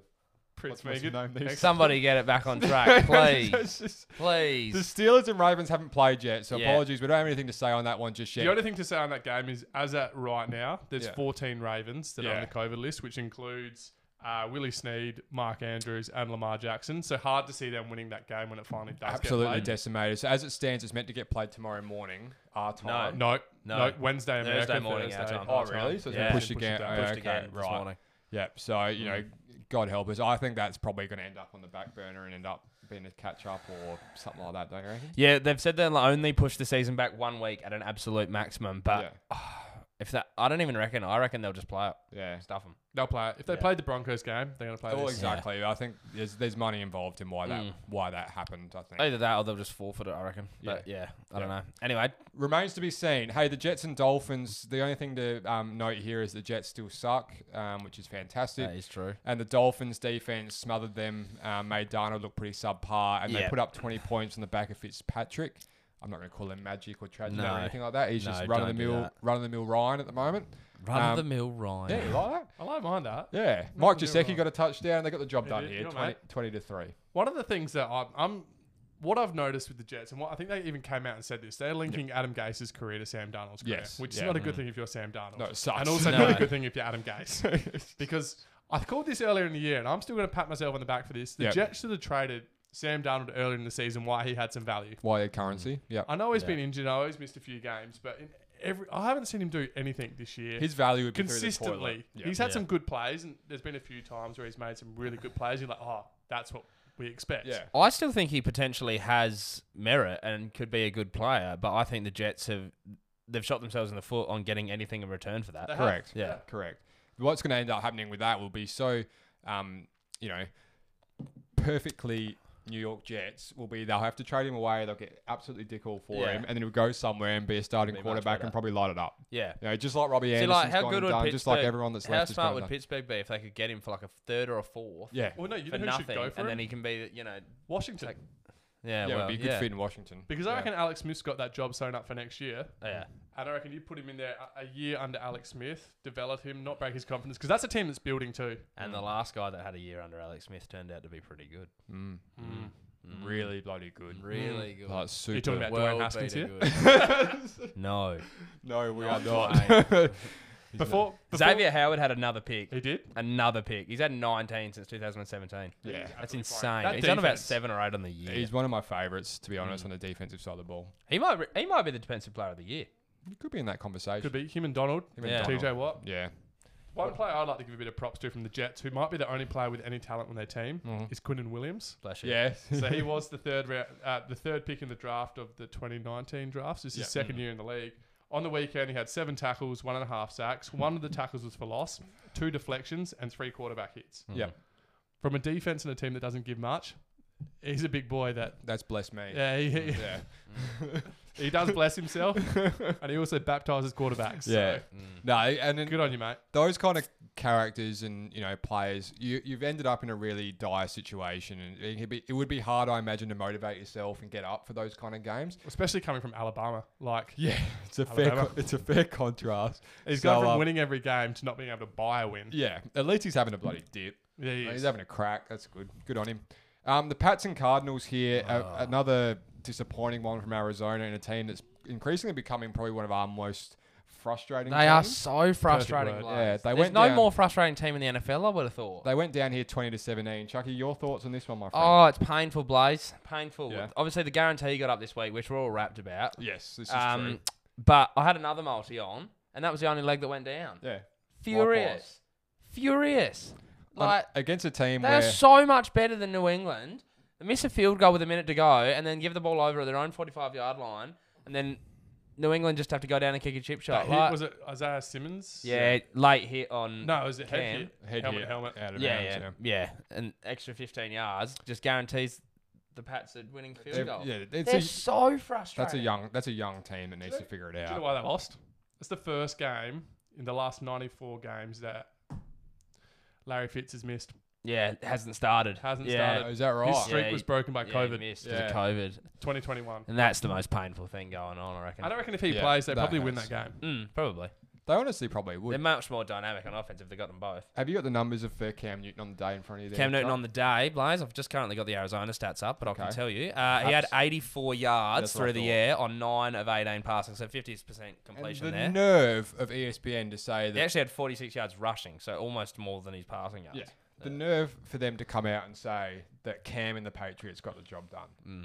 S3: Prince
S1: What's- what's
S3: Megan.
S1: the name?
S3: *laughs* Next-
S2: Somebody get it back on track, please.
S1: It's just- the
S2: please.
S1: Steelers and Ravens haven't played yet, so
S2: Yeah.
S1: apologies. We don't have anything to say on that one just yet.
S3: The only thing to say on that game is, as at right now, there's
S1: Yeah.
S3: 14 Ravens that are on
S1: Yeah.
S3: the COVID list, which includes uh, Willie Sneed, Mark Andrews, and Lamar Jackson. So hard to see them winning that game when it finally does get
S1: Absolutely
S3: played.
S1: decimated. So as it stands, it's meant to get played tomorrow morning, our time.
S3: No, no,
S2: No.
S3: Wednesday America.
S2: Thursday morning our
S3: Thursday.
S2: time.
S1: Oh, really? So it's
S2: Yeah.
S1: been pushed
S3: Push it
S1: again.
S3: down.
S1: Oh,
S3: Pushed
S1: okay,
S2: again this
S1: right.
S2: morning.
S1: Yeah. So you know, God help us. I think that's probably going to end up on the back burner and end up being a catch up or something like that. Don't you reckon?
S2: Yeah, they've said they'll only push the season back one week at an absolute maximum. But
S1: Yeah.
S2: if that, I don't even reckon. I reckon they'll just play it,
S1: Yeah.
S2: stuff them.
S3: They'll play it. If they
S2: Yeah.
S3: played the Broncos game, they're going to play
S1: Oh,
S3: this.
S1: exactly. I think there's there's money involved in why that
S2: Mm.
S1: why that happened. I think.
S2: Either that or they'll just forfeit it. I reckon. But yeah, I don't know. Anyway,
S1: Remains to be seen. Hey, the Jets and Dolphins. The only thing to um, note here is the Jets still suck, um, which is fantastic.
S2: that is true.
S1: And the Dolphins' defense smothered them, um, made Darnold look pretty subpar, and they
S2: Yeah.
S1: put up 20 points on the back of Fitzpatrick. I'm not going to call him magic or tragic
S2: No.
S1: or anything like that. He's
S2: No,
S1: just run of the
S2: don't do
S1: mill,
S2: that.
S1: run of the mill Ryan at the moment.
S2: Run
S1: Um,
S2: the mill, Ryan.
S1: Yeah, you like that?
S3: I don't mind that.
S1: Yeah, Mike
S3: Nothing to do
S1: Gesicki
S3: wrong.
S1: got a touchdown. They got the job
S3: You
S1: done
S3: did- you
S1: here,
S3: got it,
S1: 20,
S3: mate.
S1: 20 to three.
S3: One of the things that I'm, I'm what I've noticed with the Jets, and what I think they even came out and said this, they're linking Adam Gase's career to Sam Darnold's career,
S1: Yes,
S3: which is
S1: yeah. Mm.
S3: not a good thing if you're Sam Darnold.
S1: No, it sucks. *laughs*
S3: And also
S2: No.
S3: not a good thing if you're Adam Gase. *laughs* because I called this earlier in the year, and I'm still going to pat myself on the back for this. The
S1: Yep.
S3: Jets should have traded Sam Darnold earlier in the season while he had some value.
S1: Why their currency? Yeah,
S3: I know he's
S2: Yeah.
S3: been injured. I know he's missed a few games, but in every, I haven't seen him do anything this year
S1: his value would be through the
S3: consistently.
S1: toilet. Yeah.
S3: He's had
S2: Yeah.
S3: some good plays, and there's been a few times where he's made some really good plays. You're like, oh, that's what we expect.
S1: yeah.
S2: I still think he potentially has merit and could be a good player, but I think the Jets have they've shot themselves in the foot on getting anything in return for
S3: They
S2: that.
S3: have.
S1: Correct.
S2: Yeah.
S1: Uh-huh. Correct. What's going to end up happening with that will be so, um, you know, perfectly New York Jets will be they'll have to trade him away. They'll get absolutely dick all for
S2: Yeah.
S1: him, and then he'll go somewhere and be a starting
S2: Be much
S1: quarterback and
S2: better.
S1: probably light it up.
S2: Yeah.
S1: You know, just like Robbie
S2: See,
S1: Anderson,
S2: like, how
S1: gone
S2: good
S1: and
S2: would
S1: done,
S2: Pittsburgh,
S1: just like everyone that's
S2: how
S1: left. has
S2: smart
S1: gone
S2: would
S1: and
S2: Pittsburgh be if they could get him for like a third or a fourth
S1: done. Yeah,
S3: Well, no, you
S2: for
S3: know who should
S2: nothing,
S3: go
S2: and
S3: for him?
S2: then he can be, you know,
S3: Washington.
S1: yeah,
S2: yeah, well,
S1: would be a good
S2: yeah.
S1: fit in Washington
S3: Because I reckon Alex Smith's got that job sewn up for next year.
S2: Yeah.
S3: And I reckon you put him in there a, a year under Alex Smith, develop him, not break his confidence. Because that's a team that's building too.
S2: And the last guy that had a year under Alex Smith turned out to be pretty good.
S1: Mm.
S2: Hmm.
S3: Hmm.
S1: really bloody good,
S2: Really good.
S1: like super.
S3: talking about-
S2: Mm.
S3: Dwayne
S2: World
S3: Haskins
S2: beater
S1: *laughs*
S2: good. no.
S1: no, we are
S2: Not *laughs*
S1: not.
S3: Before, before
S2: Xavier Howard had another pick.
S3: he did.
S2: Another pick. He's had 19 since 2017.
S1: *laughs* yeah,
S2: That's
S3: Absolutely fine.
S2: insane.
S3: That
S2: He's done about
S3: defense.
S2: seven or eight on the year.
S1: he's one of my favorites to be
S2: Mm.
S1: honest on the defensive side of the ball.
S2: He might re- he might be the defensive player of the year.
S1: He could be in that conversation.
S3: Could be him and Donald.
S1: Him and
S2: Yeah.
S1: Donald.
S3: TJ Watt.
S1: Yeah.
S3: One player I'd like to give a bit of props to from the Jets, who might be the only player with any talent on their
S2: Hmm.
S3: team,
S1: Mhm.
S3: is Quinnen Williams.
S2: Bless you.
S1: Yeah. *laughs*
S3: so he *laughs* was the third round, uh, the third pick in the draft of the 2019 drafts. This is
S1: Yeah. Mm-hmm.
S3: his second year in the league. On the weekend, he had seven tackles, one and a half sacks. One of the tackles was for loss, two deflections, and three quarterback hits.
S2: Mm.
S1: Yeah.
S3: From a defense and a team that doesn't give much, he's a big boy. That
S1: That's bless me.
S3: yeah, he, he,
S1: Yeah.
S3: he does bless himself,
S1: *laughs*
S3: and he also baptizes quarterbacks. Yeah,
S1: Yeah.
S2: Mm.
S1: No, and then
S3: good on you, mate.
S1: those kind of characters and you know players, you you've ended up in a really dire situation, and it'd be, it would be hard, I imagine, to motivate yourself and get up for those kind of games.
S3: *laughs* Especially coming from Alabama, like
S1: Yeah, it's a fair
S3: Alabama.
S1: con- it's a fair contrast.
S3: *laughs* he's
S1: So,
S3: gone from
S1: um,
S3: winning every game to not being able to buy a win.
S1: Yeah, at least he's having a bloody dip.
S3: Yeah, he
S1: He's
S3: is.
S1: having a crack. That's good. Good on him. Um, the Pats and Cardinals here, a-
S3: Ah.
S1: another disappointing one from Arizona and a team that's increasingly becoming probably one of our most frustrating.
S2: They are
S1: teams.
S2: so frustrating.
S3: word.
S2: Blaz.
S1: Yeah, they
S2: There's
S1: went
S2: no
S1: down-
S2: more frustrating team in the NFL. I would have thought.
S1: They went down here twenty to seventeen. Chucky, your thoughts on this one, my friend?
S2: oh, it's painful, Blaze. Painful.
S1: Yeah.
S2: Obviously, the guarantee you got up this week, which we're all wrapped about.
S1: yes, this is
S2: Um, but I had another multi on, and that was the only leg that went down.
S1: true. Yeah,
S2: Furious, furious.
S1: Um,
S2: Like
S1: against a team
S2: they
S1: where
S2: are so much better than New England. They miss a field goal with a minute to go, and then give the ball over at their own 45-yard line, and then New England just have to go down and kick a chip
S3: That
S2: shot.
S3: hit-
S2: Like-
S3: was it Isaiah Simmons?
S2: yeah, late hit on.
S3: No, it was it
S2: Cam.
S3: head hit?
S1: head
S3: helmet,
S1: hit
S3: helmet.
S1: out of
S2: Yeah,
S1: bounds,
S2: yeah, yeah, An extra 15 yards just guarantees the Pats a winning field
S1: They've-
S2: goal.
S1: yeah, it's
S2: They're
S1: a,
S2: so frustrating.
S1: that's a young that's a young team that needs to figure it
S3: Do you know
S1: out.
S3: why they lost? It's the first game in the last 94 games that Larry Fitz has missed.
S2: Yeah, it hasn't started.
S3: Hasn't
S2: yeah.
S3: started.
S1: Is that right?
S3: His streak
S2: Yeah,
S3: was broken by
S2: Yeah, he
S3: COVID
S2: missed 'cause
S1: Yeah.
S2: of COVID,
S3: 2021.
S2: and that's the most painful thing going on, I reckon.
S3: I don't reckon if he
S1: Yeah,
S3: plays, they
S1: that
S3: probably win
S1: hurts.
S3: that game.
S2: mm, probably.
S1: They honestly probably would.
S2: They're much more dynamic on offense if they got them both.
S1: Have you got the numbers of uh, Cam Newton on the day in front of you? There,
S2: Cam Newton
S1: Chuck?
S2: on the day, Blaze. I've just currently got the Arizona stats up, but I can
S1: Okay.
S2: tell you, uh, he had
S1: Perhaps.
S2: 84 yards
S1: That's what I
S2: through the
S1: thought.
S2: air on nine of 18 passing, so 50%
S1: And
S2: completion
S1: the
S2: there.
S1: nerve of E ESPN to say
S2: He
S1: that
S2: actually had 46 yards rushing, so almost more than his passing yards.
S1: Yeah. The nerve for them to come out and say that Cam and the Patriots got the job done.
S2: Hmm.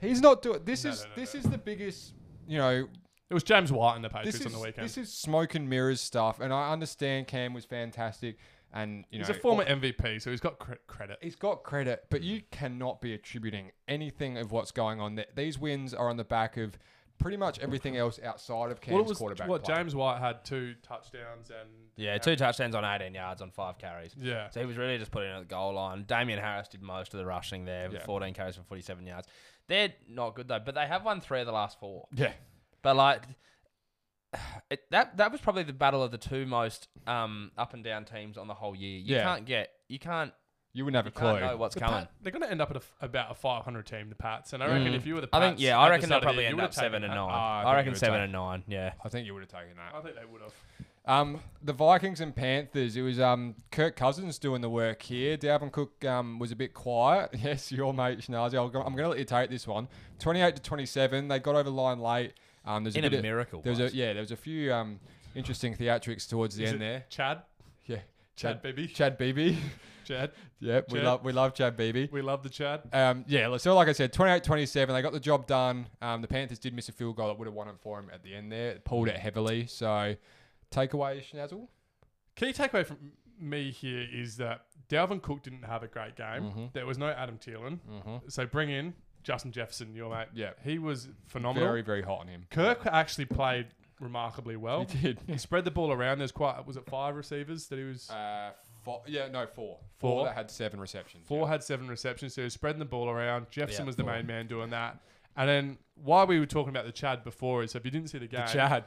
S1: He's not doing. This
S3: No,
S1: is
S3: no, no,
S1: this
S3: no.
S1: is the biggest. You know,
S3: It was James White and the Patriots
S1: this is
S3: on the weekend.
S1: this is smoke and mirrors stuff. And I understand Cam was fantastic, and you
S3: he's
S1: know oh,
S3: a former MVP, so he's got cre- credit.
S1: He's got credit, but you cannot be attributing anything of what's going on. Th- These wins are on the back of pretty much everything else outside of Cam's
S3: Well, it was
S1: quarterback
S3: what
S1: play.
S3: James White had two touchdowns and uh,
S2: Yeah, two touchdowns on 18 yards on five carries.
S3: Yeah,
S2: So he was really just putting it at the goal line. Damian Harris did most of the rushing there,
S1: Yeah.
S2: 14 carries for 47 yards. They're not good though, but they have won three of the last four.
S1: Yeah,
S2: But like it, that, that was probably the battle of the two most um, up and down teams on the whole year. You
S1: Yeah.
S2: can't get, you can't,
S1: you wouldn't have
S2: you
S1: a
S2: can't know
S1: clue.
S2: what's
S3: The
S2: coming.
S3: Pat- they're going to end up at a f about a 500 team, the Pats, and I reckon
S2: Mm.
S3: if you were the
S2: I
S3: Pats,
S2: think, yeah,
S3: at
S2: I
S3: the
S2: reckon
S3: start
S2: they'll
S3: of the
S2: probably
S3: year, you
S2: end
S3: would've
S2: up seven
S3: taken
S2: and
S3: that.
S2: nine.
S1: Ah, I
S2: I,
S1: think you
S2: reckon
S1: would
S2: seven
S1: take-
S2: and nine. Yeah.
S1: I think you would have taken that.
S3: I think they would have.
S1: Um, the Vikings and Panthers. It was um, Kirk Cousins doing the work here. Dalvin Cook um, was a bit quiet. *laughs* Yes, your mate Schnazzy. I'll go, I'm going to let you take this one. 28 to 27. They got over the line late. Um, there's
S2: In
S1: a, bit
S2: a
S1: of-
S2: miracle.
S1: There was a,
S2: Buzz.
S1: yeah, there was a few um, interesting theatrics towards the
S3: Is
S1: end
S3: it
S1: there.
S3: *laughs* Chad,
S1: Yeah,
S3: Chad, baby,
S1: Chad Beebe. *laughs*
S3: Chad.
S1: yep, we
S3: Chad.
S1: love we love Chad Beebe.
S3: We love the Uh, Chad.
S1: Um, yeah, so like I said, 28-27, they got the job done. Um, the Panthers did miss a field goal that would have won it for him at the end there. It pulled it heavily. So, takeaway, Schnazzle.
S3: Key takeaway from me here is that Dalvin Cook didn't have a great game.
S1: Mhm.
S3: There was no Adam Thielen,
S1: Mm-hmm.
S3: so bring in Justin Jefferson, your mate.
S1: Yeah.
S3: He was phenomenal.
S1: Very, very hot on him.
S3: Kirk actually played remarkably well.
S1: He
S3: *laughs*
S1: did.
S3: He spread the ball around. There's quite was it five receivers that he was.
S1: Uh, four, yeah, no, four. Four,
S3: Four?
S1: that had seven receptions.
S3: Four
S1: yeah.
S3: had seven receptions, so he was spreading the ball around. Jefferson
S2: Yeah,
S3: was the
S2: four.
S3: main man doing that. And then while we were talking about the Chad before, is if you didn't see the game,
S1: Chad.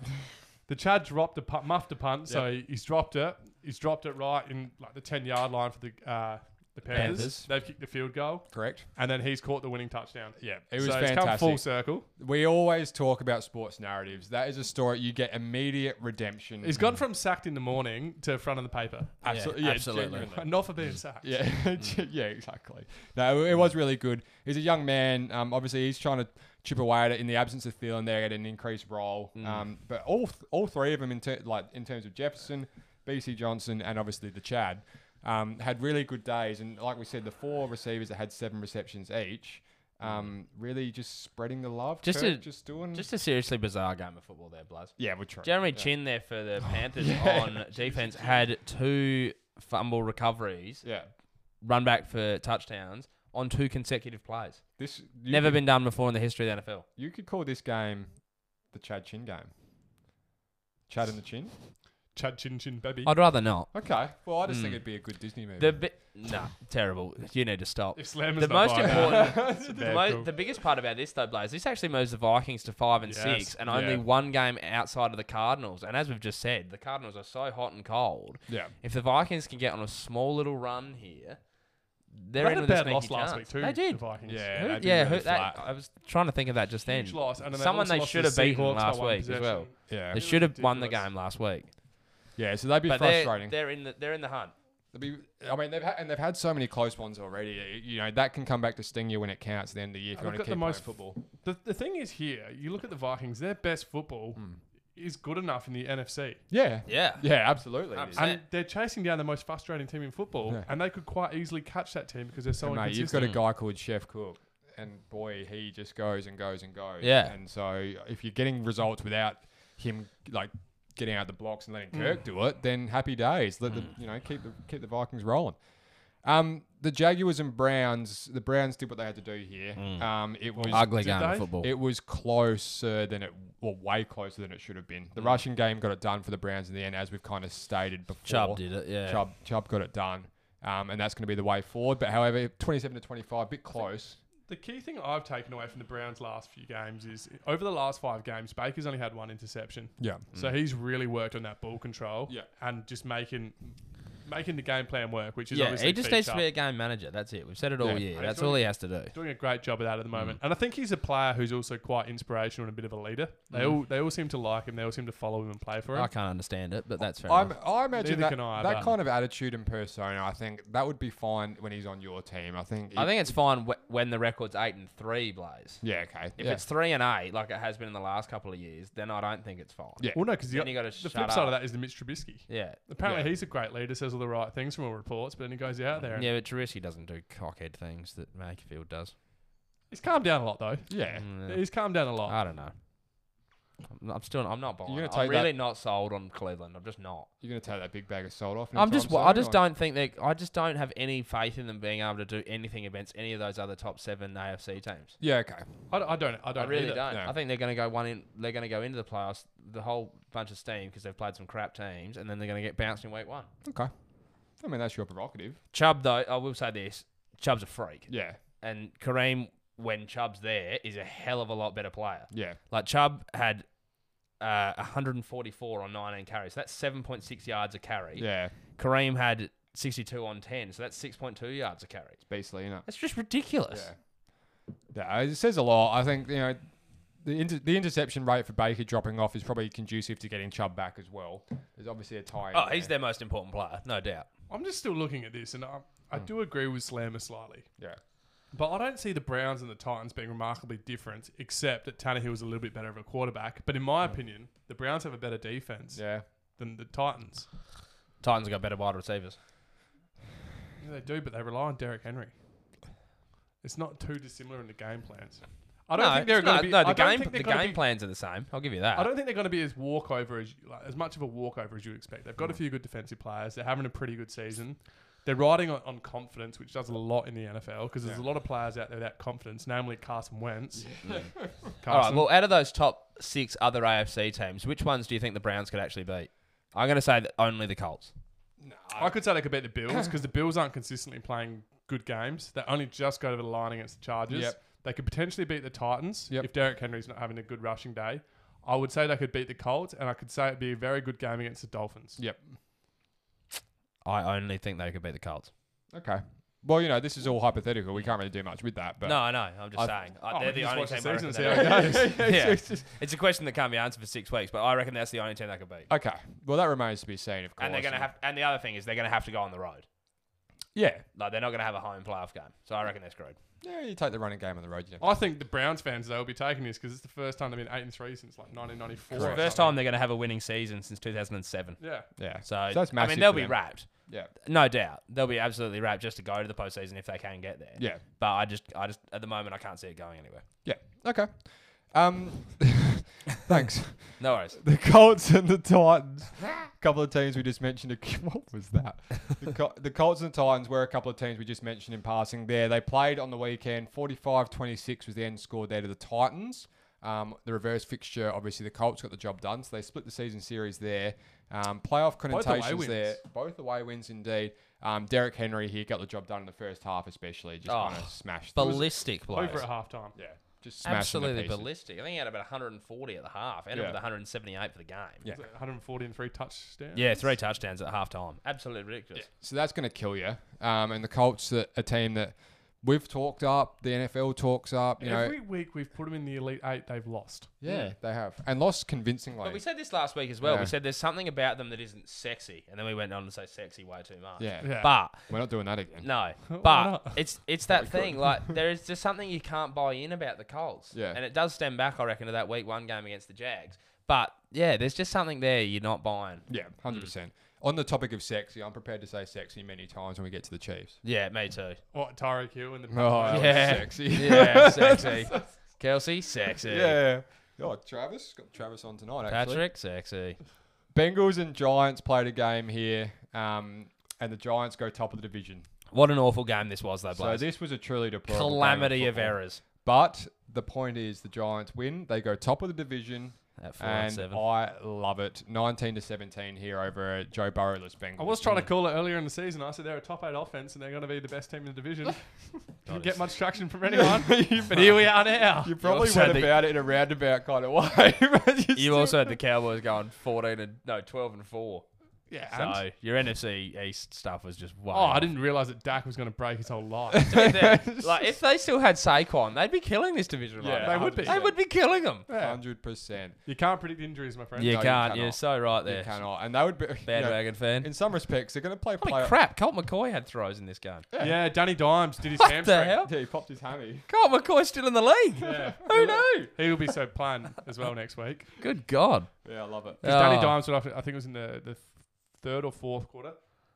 S3: the Chad dropped a punt, muffed a punt, so he, he's dropped it. He's dropped it right in like the ten yard line for the uh, the Panthers.
S2: Panthers.
S3: They've kicked the field goal,
S1: *laughs* Correct.
S3: and then he's caught the winning touchdown.
S1: Yeah, it was
S3: so It's come
S1: fantastic.
S3: full circle.
S1: We always talk about sports narratives. That is a story you get immediate redemption.
S3: He's gone from sacked in the morning to front of the paper. *laughs*
S1: absolutely,
S2: Yeah,
S1: yeah,
S2: absolutely.
S1: genuinely.
S3: Enough for being
S2: *laughs*
S3: sacked.
S1: Yeah,
S2: Mm.
S1: *laughs* yeah, exactly. No, it was really good. He's a young man. Um, obviously, he's trying to chip away at it in the absence of Thielen. There, get an increased role.
S2: Mm.
S1: Um, but all th- all three of them, in ter- like in terms of Jefferson, BC Johnson, and obviously the Chad, um, had really good days. And like we said, the four receivers that had seven receptions each, um, really just spreading the love.
S2: Mm. Just
S1: Kirk *laughs*
S2: a-
S1: just doing.
S2: Just a seriously bizarre game of football there, Blaz.
S1: yeah, Oh, we're trying.
S2: Jeremy Chin there
S1: *laughs*
S2: for the Panthers on defense had two fumble recoveries,
S1: Yeah,
S2: run back for touchdowns on two consecutive plays.
S1: this you
S2: Never
S1: could,
S2: been done before in the history of the NFL.
S1: You could call this game the Chad Chin game. Chad and the Chin.
S3: Chad Chin Chin baby.
S2: I'd rather not.
S1: Okay. Well, I just
S2: Mm.
S1: think it'd be a good Disney movie.
S2: The bi- nah, terrible. You need to stop.
S3: if Slam is
S2: The
S3: not
S2: most
S3: by now,
S2: important,
S3: it's a
S2: the,
S3: bad
S2: mo-
S3: call.
S2: the biggest part about this though, Blaze, this actually moves the Vikings to five and
S3: Yes,
S2: six, and
S3: yeah.
S2: only one game outside of the Cardinals. And as we've just said, the Cardinals are so hot and cold.
S1: yeah.
S2: If the Vikings can get on a small little run here, they're
S3: They
S2: in
S3: had a
S2: with a
S3: bad
S2: sneaky
S3: loss last
S2: chance.
S3: week too.
S2: They did.
S3: The Vikings.
S1: Yeah.
S2: Who-
S1: that'd be
S2: yeah,
S1: really
S2: who, that,
S1: flat.
S2: I was trying to think of that just then.
S3: Huge loss. And then
S2: Someone
S3: also
S2: they
S3: lost
S2: should
S3: to
S2: have beaten
S3: Seahawks by
S2: last
S3: one
S2: week as
S3: possession.
S2: well.
S1: Yeah.
S2: They
S3: It
S2: should have won the
S3: ridiculous.
S2: game last week.
S1: Yeah. So that'd be
S2: But they're,
S1: frustrating.
S2: they're in the they're in the hunt.
S1: They'll be, I mean, they've had, and they've had so many close ones already. You know that can come back to sting you when it counts at the end of the year if you want
S3: Look
S1: to
S3: at
S1: keep
S3: the most-
S1: playing football.
S3: The, the thing is here, you look at the Vikings, their best football
S2: Hmm.
S3: is good enough in the NFC.
S1: Yeah,
S2: Yeah.
S1: yeah, absolutely. it is.
S2: Absolutely.
S3: And they're chasing down the most frustrating team in football,
S1: Yeah.
S3: and they could quite easily catch that team because they're so
S1: mate, you've
S3: inconsistent.
S1: got a guy called Chef Cook, and boy, he just goes and goes and goes.
S2: Yeah.
S1: And so if you're getting results without him like getting out the blocks and letting
S3: Mm.
S1: Kirk do it, then happy days. Let the you know keep the keep the Vikings rolling. Um, the Jaguars and Browns, the Browns did what they had to do here. Um, it was
S2: Mm. Ugly
S3: Did
S2: game
S3: they?
S2: of football.
S1: it was closer than it, well, way closer than it should have been.
S2: Mm.
S1: The rushing game got it done for the Browns in the end, as we've kind of stated before.
S2: Chubb did it. Yeah.
S1: Chubb, Chubb got it done. Um, and that's going to be the way forward. But however, 27 to 25, bit close.
S3: The key thing I've taken away from the Browns' last few games is over the last five games, Baker's only had one interception.
S1: Yeah.
S2: Mm.
S3: So he's really worked on that ball control
S1: Yeah.
S3: and just making making the game plan work, which is
S2: yeah,
S3: obviously
S2: he just
S3: feature.
S2: needs to be a game manager. That's it. We've said it all
S1: Yeah.
S2: year.
S3: And he's
S2: That's
S3: doing
S2: all he has to do.
S3: doing a great job of that at the
S2: Mm.
S3: moment. And I think he's a player who's also quite inspirational and a bit of a leader. They all they all seem to like him. They all seem to follow him and play for him.
S2: Mm. I can't understand it, but that's fair.
S1: I'm,
S2: enough.
S1: I imagine
S3: Neither
S1: that,
S3: can I,
S1: that
S3: but-
S1: kind of attitude and persona, I think that would be fine when he's on your team. I think.
S2: I
S1: it-
S2: think it's fine wh- when the record's eight and three, Blaze.
S1: Yeah, okay.
S2: If
S1: yeah.
S2: it's three and eight, like it has been in the last couple of years, then I don't think it's fine.
S1: Yeah.
S3: Well, no, because
S2: Then
S3: the,
S2: you gotta
S3: the
S2: shut
S3: flip side
S2: up.
S3: of that is the Mitch Trubisky.
S2: Yeah.
S3: Apparently,
S1: Yeah.
S3: he's a great leader, says all the right things from all reports, but then he goes out there. And
S2: Yeah, but Trubisky doesn't do cockhead things that Makerfield does.
S3: He's calmed down a lot, though.
S1: yeah.
S2: Mm,
S3: He's calmed down a lot.
S2: I don't know. I'm- I'm still. I'm not buying.
S1: You're gonna
S2: it. I'm
S1: take that-
S2: really not sold on Cleveland. I'm just not.
S1: You're going to take that big bag of salt off.
S2: I'm just.
S1: anytime
S2: I
S1: soon,
S2: just
S1: or-
S2: don't think they. I just don't have any faith in them being able to do anything against any of those other top seven AFC teams.
S1: Yeah, okay.
S3: I, don't- I don't. I
S2: I
S3: don't
S2: really
S3: either.
S2: don't.
S1: no.
S2: I think they're going to go one in. They're going to go into the playoffs the whole bunch of steam because they've played some crap teams, and then they're going to get bounced in week one.
S1: Okay. I mean, that's your prerogative.
S2: Chubb, though, I will say this: Chubb's a freak,
S1: Yeah.
S2: and Kareem, when Chubb's there, is a hell of a lot better player.
S1: Yeah.
S2: Like Chubb had uh, 144 on 19 carries. So that's 7.6 yards a carry.
S1: Yeah.
S2: Kareem had 62 on 10, so that's 6.2 yards a carry.
S1: It's beastly, isn't it?
S2: That's just ridiculous.
S1: Yeah. Yeah, uh, it says a lot. I think you know the inter- the interception rate for Baker dropping off is probably conducive to getting Chubb back as well. There's obviously a tie. in
S2: Oh, he's
S1: there.
S2: their most important player, no doubt.
S3: I'm just still looking at this, and I, I
S2: Hmm.
S3: do agree with Slammer slightly,
S1: Yeah.
S3: but I don't see the Browns and the Titans being remarkably different, except that Tannehill is a little bit better of a quarterback. But in my opinion, the Browns have a better defense
S1: Yeah.
S3: than the Titans.
S2: Titans have got better wide receivers.
S3: Yeah, they do, but they rely on Derrick Henry. It's not too dissimilar in the game plans. I don't
S2: no,
S3: think they're
S2: it's
S3: going
S2: not-
S3: to be.
S2: No,
S3: I
S2: the
S3: don't
S2: game,
S3: think
S2: the
S3: they're gonna
S2: game
S3: be-
S2: plans are the same. I'll give you that.
S3: I don't think they're going to be as walkover as like, as much of a walkover as you expect. They've got a few good defensive players. They're having a pretty good season. They're riding on, on confidence, which does a lot in the NFL because there's a lot of players out there without confidence, namely Carson Wentz. *laughs*
S2: All right,
S3: Carson,
S2: well, out of those top six other AFC teams, which ones do you think the Browns could actually beat? I'm going to say that only the Colts.
S3: I could say they could beat the
S2: *coughs*
S3: Bills because the Bills aren't consistently playing good games. They only just got over the line against the Chargers.
S1: Yep.
S3: They could potentially beat the Titans
S1: Yep.
S3: if Derrick Henry's not having a good rushing day. I would say they could beat the Colts, and I could say it'd be a very good game against the Dolphins.
S1: Yep.
S2: I only think they could beat the Colts.
S1: Okay. Well, you know, this is all hypothetical. We can't really do much with that, but
S2: no, I know. I'm just
S1: I-
S2: saying. Uh,
S3: Oh,
S2: they're
S3: we
S2: the
S3: can
S2: only
S3: just
S2: team I
S3: watch
S2: reckon
S3: the season and see
S2: that-
S3: how it
S2: *laughs*
S3: goes.
S2: yeah.
S3: *laughs*
S2: It's a question that can't be answered for six weeks, but I reckon that's the only team they could beat.
S1: okay. Well, that remains to be seen, of course.
S2: And they're going to have. And the other thing is they're going to have to go on the road.
S1: Yeah.
S2: Like they're not going to have a home playoff game. So I reckon they're screwed.
S1: Yeah, you take the running game on the road. You know.
S3: I think the Browns fans though will be taking this because it's the first time they've been eight and three since like 1994.
S1: Correct.
S3: or
S2: First
S3: something.
S2: time they're going to have a winning season since 2007.
S3: Yeah.
S1: Yeah.
S2: So,
S1: So that's
S2: I
S1: massive
S2: mean, they'll
S1: for
S2: be
S1: them.
S2: wrapped,
S1: Yeah.
S2: no doubt. They'll be absolutely wrapped just to go to the postseason if they can get there.
S1: Yeah.
S2: But I just, I just, at the moment, I can't see it going anywhere.
S1: Yeah. Okay. Um. *laughs* thanks.
S2: No worries.
S1: The Colts and the Titans. A couple of teams we just mentioned. *laughs* What was that? The, Col- the Colts and the Titans were a couple of teams we just mentioned in passing there. They played on the weekend. 45 26 was the end score there to the Titans. Um, the reverse fixture, obviously, the Colts got the job done. So they split the season series there. Um, playoff
S3: away
S1: connotations there.
S3: wins.
S1: Both away wins, indeed. Um, Derek Henry here got the job done in the first half, especially. Just
S2: Oh,
S1: kind of smashed them.
S2: Ballistic,
S3: Over at halftime.
S1: Yeah. Just smashing
S2: Absolutely
S1: the pieces.
S2: ballistic. I think he had about 140 at the half. Ended
S1: Yeah.
S2: with 178 for the game.
S1: Yeah.
S3: Was it 140 and three touchdowns.
S2: Yeah, three touchdowns at halftime. Absolutely ridiculous.
S1: So that's going to kill you. Um, and the Colts, are a team that We've talked up. The NFL talks up. You know,
S3: Every week we've put them in the elite eight, they've lost.
S1: yeah, they have and lost convincingly.
S2: But we said this last week as well.
S1: Yeah.
S2: We said there's something about them that isn't sexy, and then we went on to say sexy way too much.
S1: yeah.
S3: Yeah.
S2: But
S1: we're not doing that again.
S2: no,
S3: not?
S2: but it's it's that thing. Like there is just something you can't buy in about the Colts.
S1: Yeah.
S2: and it does stem back, I reckon, to that week one game against the Jags. But yeah, there's just something there you're not buying.
S1: Yeah, hundred percent. On the topic of sexy, I'm prepared to say sexy many times when we get to the Chiefs.
S2: Yeah, me too.
S3: What Tyreek Hill and the
S1: Oh,
S3: yeah.
S2: Yeah.
S1: sexy. *laughs*
S2: Yeah, sexy. Kelsey, sexy.
S1: Yeah. Oh, Travis got Travis on tonight. Actually,
S2: Patrick, sexy.
S1: Bengals and Giants played a game here, um, and the Giants go top of the division.
S2: What an awful game this was, though,
S1: So
S2: Blaze.
S1: this was a truly deplorable game
S2: Calamity of
S1: football.
S2: errors.
S1: But the point is, the Giants win. They go top of the division,
S2: At four and
S1: and oh,
S2: seven.
S1: I love it. 19 to 17 here over Joe Burrowless Bengals.
S3: I was trying
S1: *laughs*
S3: to call it earlier in the season. I said they're a top eight offense and they're going to be the best team in the division. Didn't get much traction from anyone, but here we are now.
S1: *laughs* You probably
S2: also
S1: went
S2: the-
S1: about it in a roundabout kind of way. *laughs* but you
S2: You
S1: still-
S2: also
S1: *laughs*
S2: had the Cowboys going 14 and no 12 and four.
S3: Yeah, and-
S2: So your NFC East stuff was just wow.
S3: oh, I didn't realize that Dak was going to break his
S2: *laughs*
S3: whole life.
S2: like if they still had Saquon, they'd be killing this division
S1: Yeah,
S2: right
S3: they
S2: now.
S3: would be.
S2: They would be killing them.
S3: Yeah.
S1: 100%.
S3: You can't predict injuries, my friend.
S2: You
S1: No, you
S2: can't.
S1: cannot.
S2: You're so right
S1: You
S2: there.
S1: cannot. And they would be. *laughs* you know,
S2: Bandwagon fan.
S1: in some respects, they're going to play
S2: Holy
S1: player.
S2: crap! Colt McCoy had throws in this game.
S3: Yeah. Danny Dimes did his
S2: What the
S3: hamstring.
S2: hell?
S1: *laughs* Yeah, he popped his hammy.
S2: *laughs* Colt McCoy's still in the league.
S3: Yeah.
S2: *laughs* Who knew?
S3: He will be so planned as well next week.
S2: Good God.
S1: Yeah, I love it.
S3: Because Danny
S2: Oh.
S3: Dimes would often, I think it was in the, the third or fourth quarter,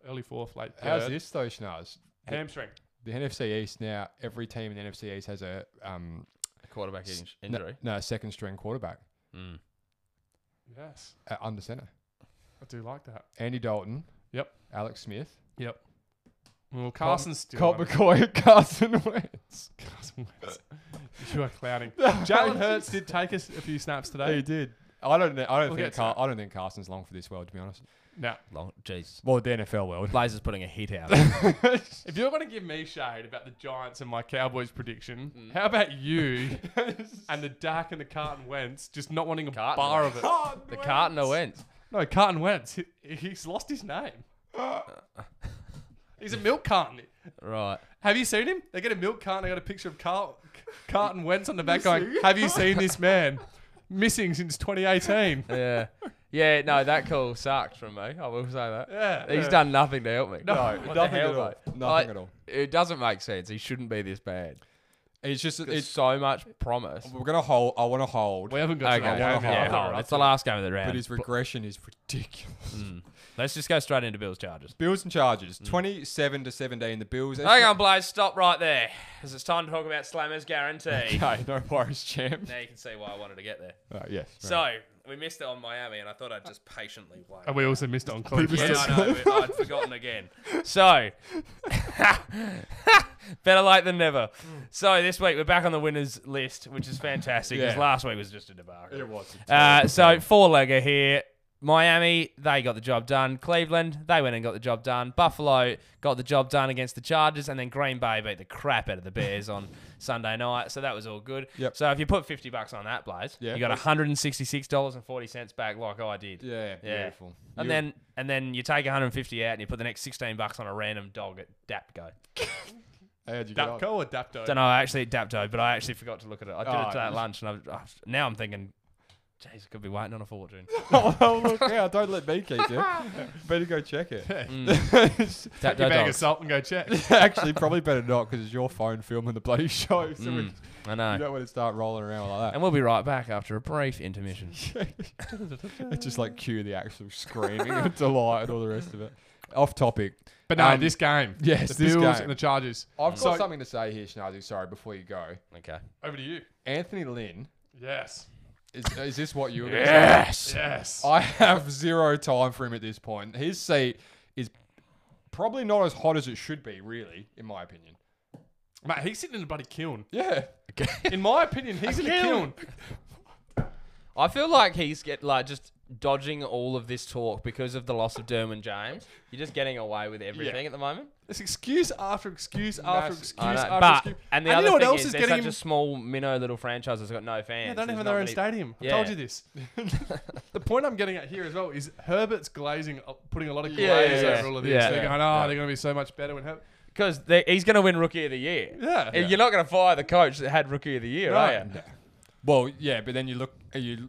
S3: early fourth, late third.
S1: How's this though, Schnaz?
S3: Hamstring.
S1: The NFC East now, every team in the NFC East has a um,
S2: Quarterback
S1: S-
S2: inj-
S1: no-
S2: injury.
S1: No, second string quarterback
S2: Mm.
S3: Yes,
S1: uh, under center.
S3: I do like that.
S1: Andy Dalton.
S3: Yep.
S1: Alex *laughs* Smith.
S3: Well, Carson's still.
S1: Colt
S2: *laughs*
S3: on it.
S1: McCoy. Carson Wentz.
S3: Carson Wentz. you are clowning. Jalen Hurts did take us a few snaps today.
S1: he did. I don't. Know, I don't
S3: We'll get
S1: think.
S3: to
S1: Car- I don't think Carson's long for this world, to be honest.
S3: Now,
S2: Long. Jeez.
S1: Well, the NFL world.
S2: Blaze is putting a hit *laughs* out.
S3: if you're going to give me shade about the Giants and my Cowboys prediction, how about you and the Dak and the Carton Wentz just not wanting a
S2: Carton
S3: bar of it?
S2: the Carton of Wentz.
S3: No, Carton Wentz. He, he's lost his name. he's a milk carton.
S2: Right.
S3: Have you seen him? They get a milk carton. They got a picture of Carl, Carton Wentz on the back going, Have you seen this man? Missing since 2018.
S2: Yeah. Yeah, no, that call sucked from me. I will say that.
S3: Yeah.
S2: He's done nothing to help me.
S1: *laughs* No,
S2: What the
S1: nothing
S2: hell,
S1: at all.
S2: mate?
S1: Nothing
S2: Like,
S1: at all.
S2: It doesn't make sense. He shouldn't be this bad.
S1: It's just.
S2: There's
S1: It's.
S2: so much promise.
S1: We're gonna hold. I want to hold.
S3: We haven't got
S2: Okay,
S3: to that
S1: I
S2: yeah,
S1: wanna
S3: game yet.
S1: hold
S2: hold on. It's the last game of the round.
S1: But his regression is ridiculous.
S2: Let's just go straight into Bills Chargers.
S1: Bills and Chargers, twenty-seven to seventeen. The Bills.
S2: Hang on, Blaze. Stop right there, because it's time to talk about Slammers Guarantee.
S1: *laughs* Okay, no worries, champ.
S2: Now you can see why I wanted to get there.
S1: Uh, yes. right.
S2: So we missed it on Miami, and I thought I'd just patiently wait.
S3: And we also missed it on Cleveland.
S2: Yeah,
S1: *laughs*
S2: I know. but I'd forgotten again. So, *laughs* better late than never. So this week we're back on the winners list, which is fantastic because
S1: Yeah.
S2: last week was just a debacle.
S1: it was. a
S2: Uh, so four legger here. Miami, they got the job done. Cleveland, they went and got the job done. Buffalo got the job done against the Chargers, and then Green Bay beat the crap out of the Bears on *laughs* Sunday night. So that was all good.
S1: Yep.
S2: So if you put fifty bucks on that, Blaze,
S1: Yeah.
S2: you got one hundred and sixty-six dollars and forty cents back, like I did.
S1: Yeah,
S2: Yeah.
S1: beautiful.
S2: And
S1: You-
S2: then and then you take 150 out and you put the next 16 bucks on a random dog at Dapco.
S1: how'd you get on?
S3: Dapco or Dapto?
S2: Don't know, I actually at Dapto, but I actually forgot to look at it. I did
S1: Oh,
S2: it today at
S1: you-
S2: lunch, and I've, I've- now I'm thinking, jeez, I could be waiting on a fortune.
S1: *laughs* oh, look out, don't let me keep you. Better go check it. *laughs*
S2: *laughs*
S3: Take your
S2: Dapto
S3: bag of
S2: Mm. dogs.
S3: salt and go check.
S1: Actually, probably better not because it's your phone filming the bloody show, *laughs* so we,
S2: Mm, I
S1: you
S2: know.
S1: don't want to start rolling around like that.
S2: And we'll be right back after a brief
S3: *laughs*
S2: intermission.
S1: It's just like cue the actual
S2: *laughs*
S1: screaming of delight and all the rest of it. Off topic.
S3: But no,
S1: Um,
S3: this game.
S1: yes,
S3: the
S1: this
S3: Bills
S1: game.
S3: and the Chargers.
S1: I've got
S3: So-
S1: something to say here, Schnazzy. Sorry, before you go,
S2: Okay.
S3: Over to you.
S1: Anthony Lynn.
S3: Yes.
S1: Is,
S2: *laughs*
S1: is this what you were going to say?
S2: Yes.
S3: Yes.
S1: I have zero time for him at this point. His seat is probably not as hot as it should be, really, in my opinion.
S3: Mate, he's sitting in a bloody kiln.
S1: Yeah.
S3: In my opinion, he's in a kiln.
S2: I feel like he's get like just dodging all of this talk because of the loss of Derwin James. You're just getting away with everything at the moment.
S3: It's excuse after excuse after
S1: Massive.
S3: excuse
S2: I know,
S3: after
S2: but
S3: excuse.
S2: and the
S3: you
S2: other
S3: know what
S2: thing
S3: else
S2: is,
S3: is
S2: they're
S3: getting
S2: such
S3: him?
S2: a small minnow little franchise that's got no fans.
S3: They don't
S2: There's
S3: have
S2: not
S3: their own
S2: many-
S3: stadium. I
S2: Yeah.
S3: told you this. *laughs* the point I'm getting at here as well is Herbert's glazing, uh, putting a lot of
S2: Yeah,
S3: glaze
S2: yeah,
S3: over all of
S2: yeah.
S3: this.
S2: Yeah.
S3: they're
S1: Yeah.
S3: going, oh,
S1: Yeah.
S3: they're going to be so much better when Herbert.
S2: because he's going to win Rookie of the Year.
S3: Yeah.
S2: And You're not going to fire the coach that had Rookie of the Year, are you?
S1: Well, yeah, but then you look you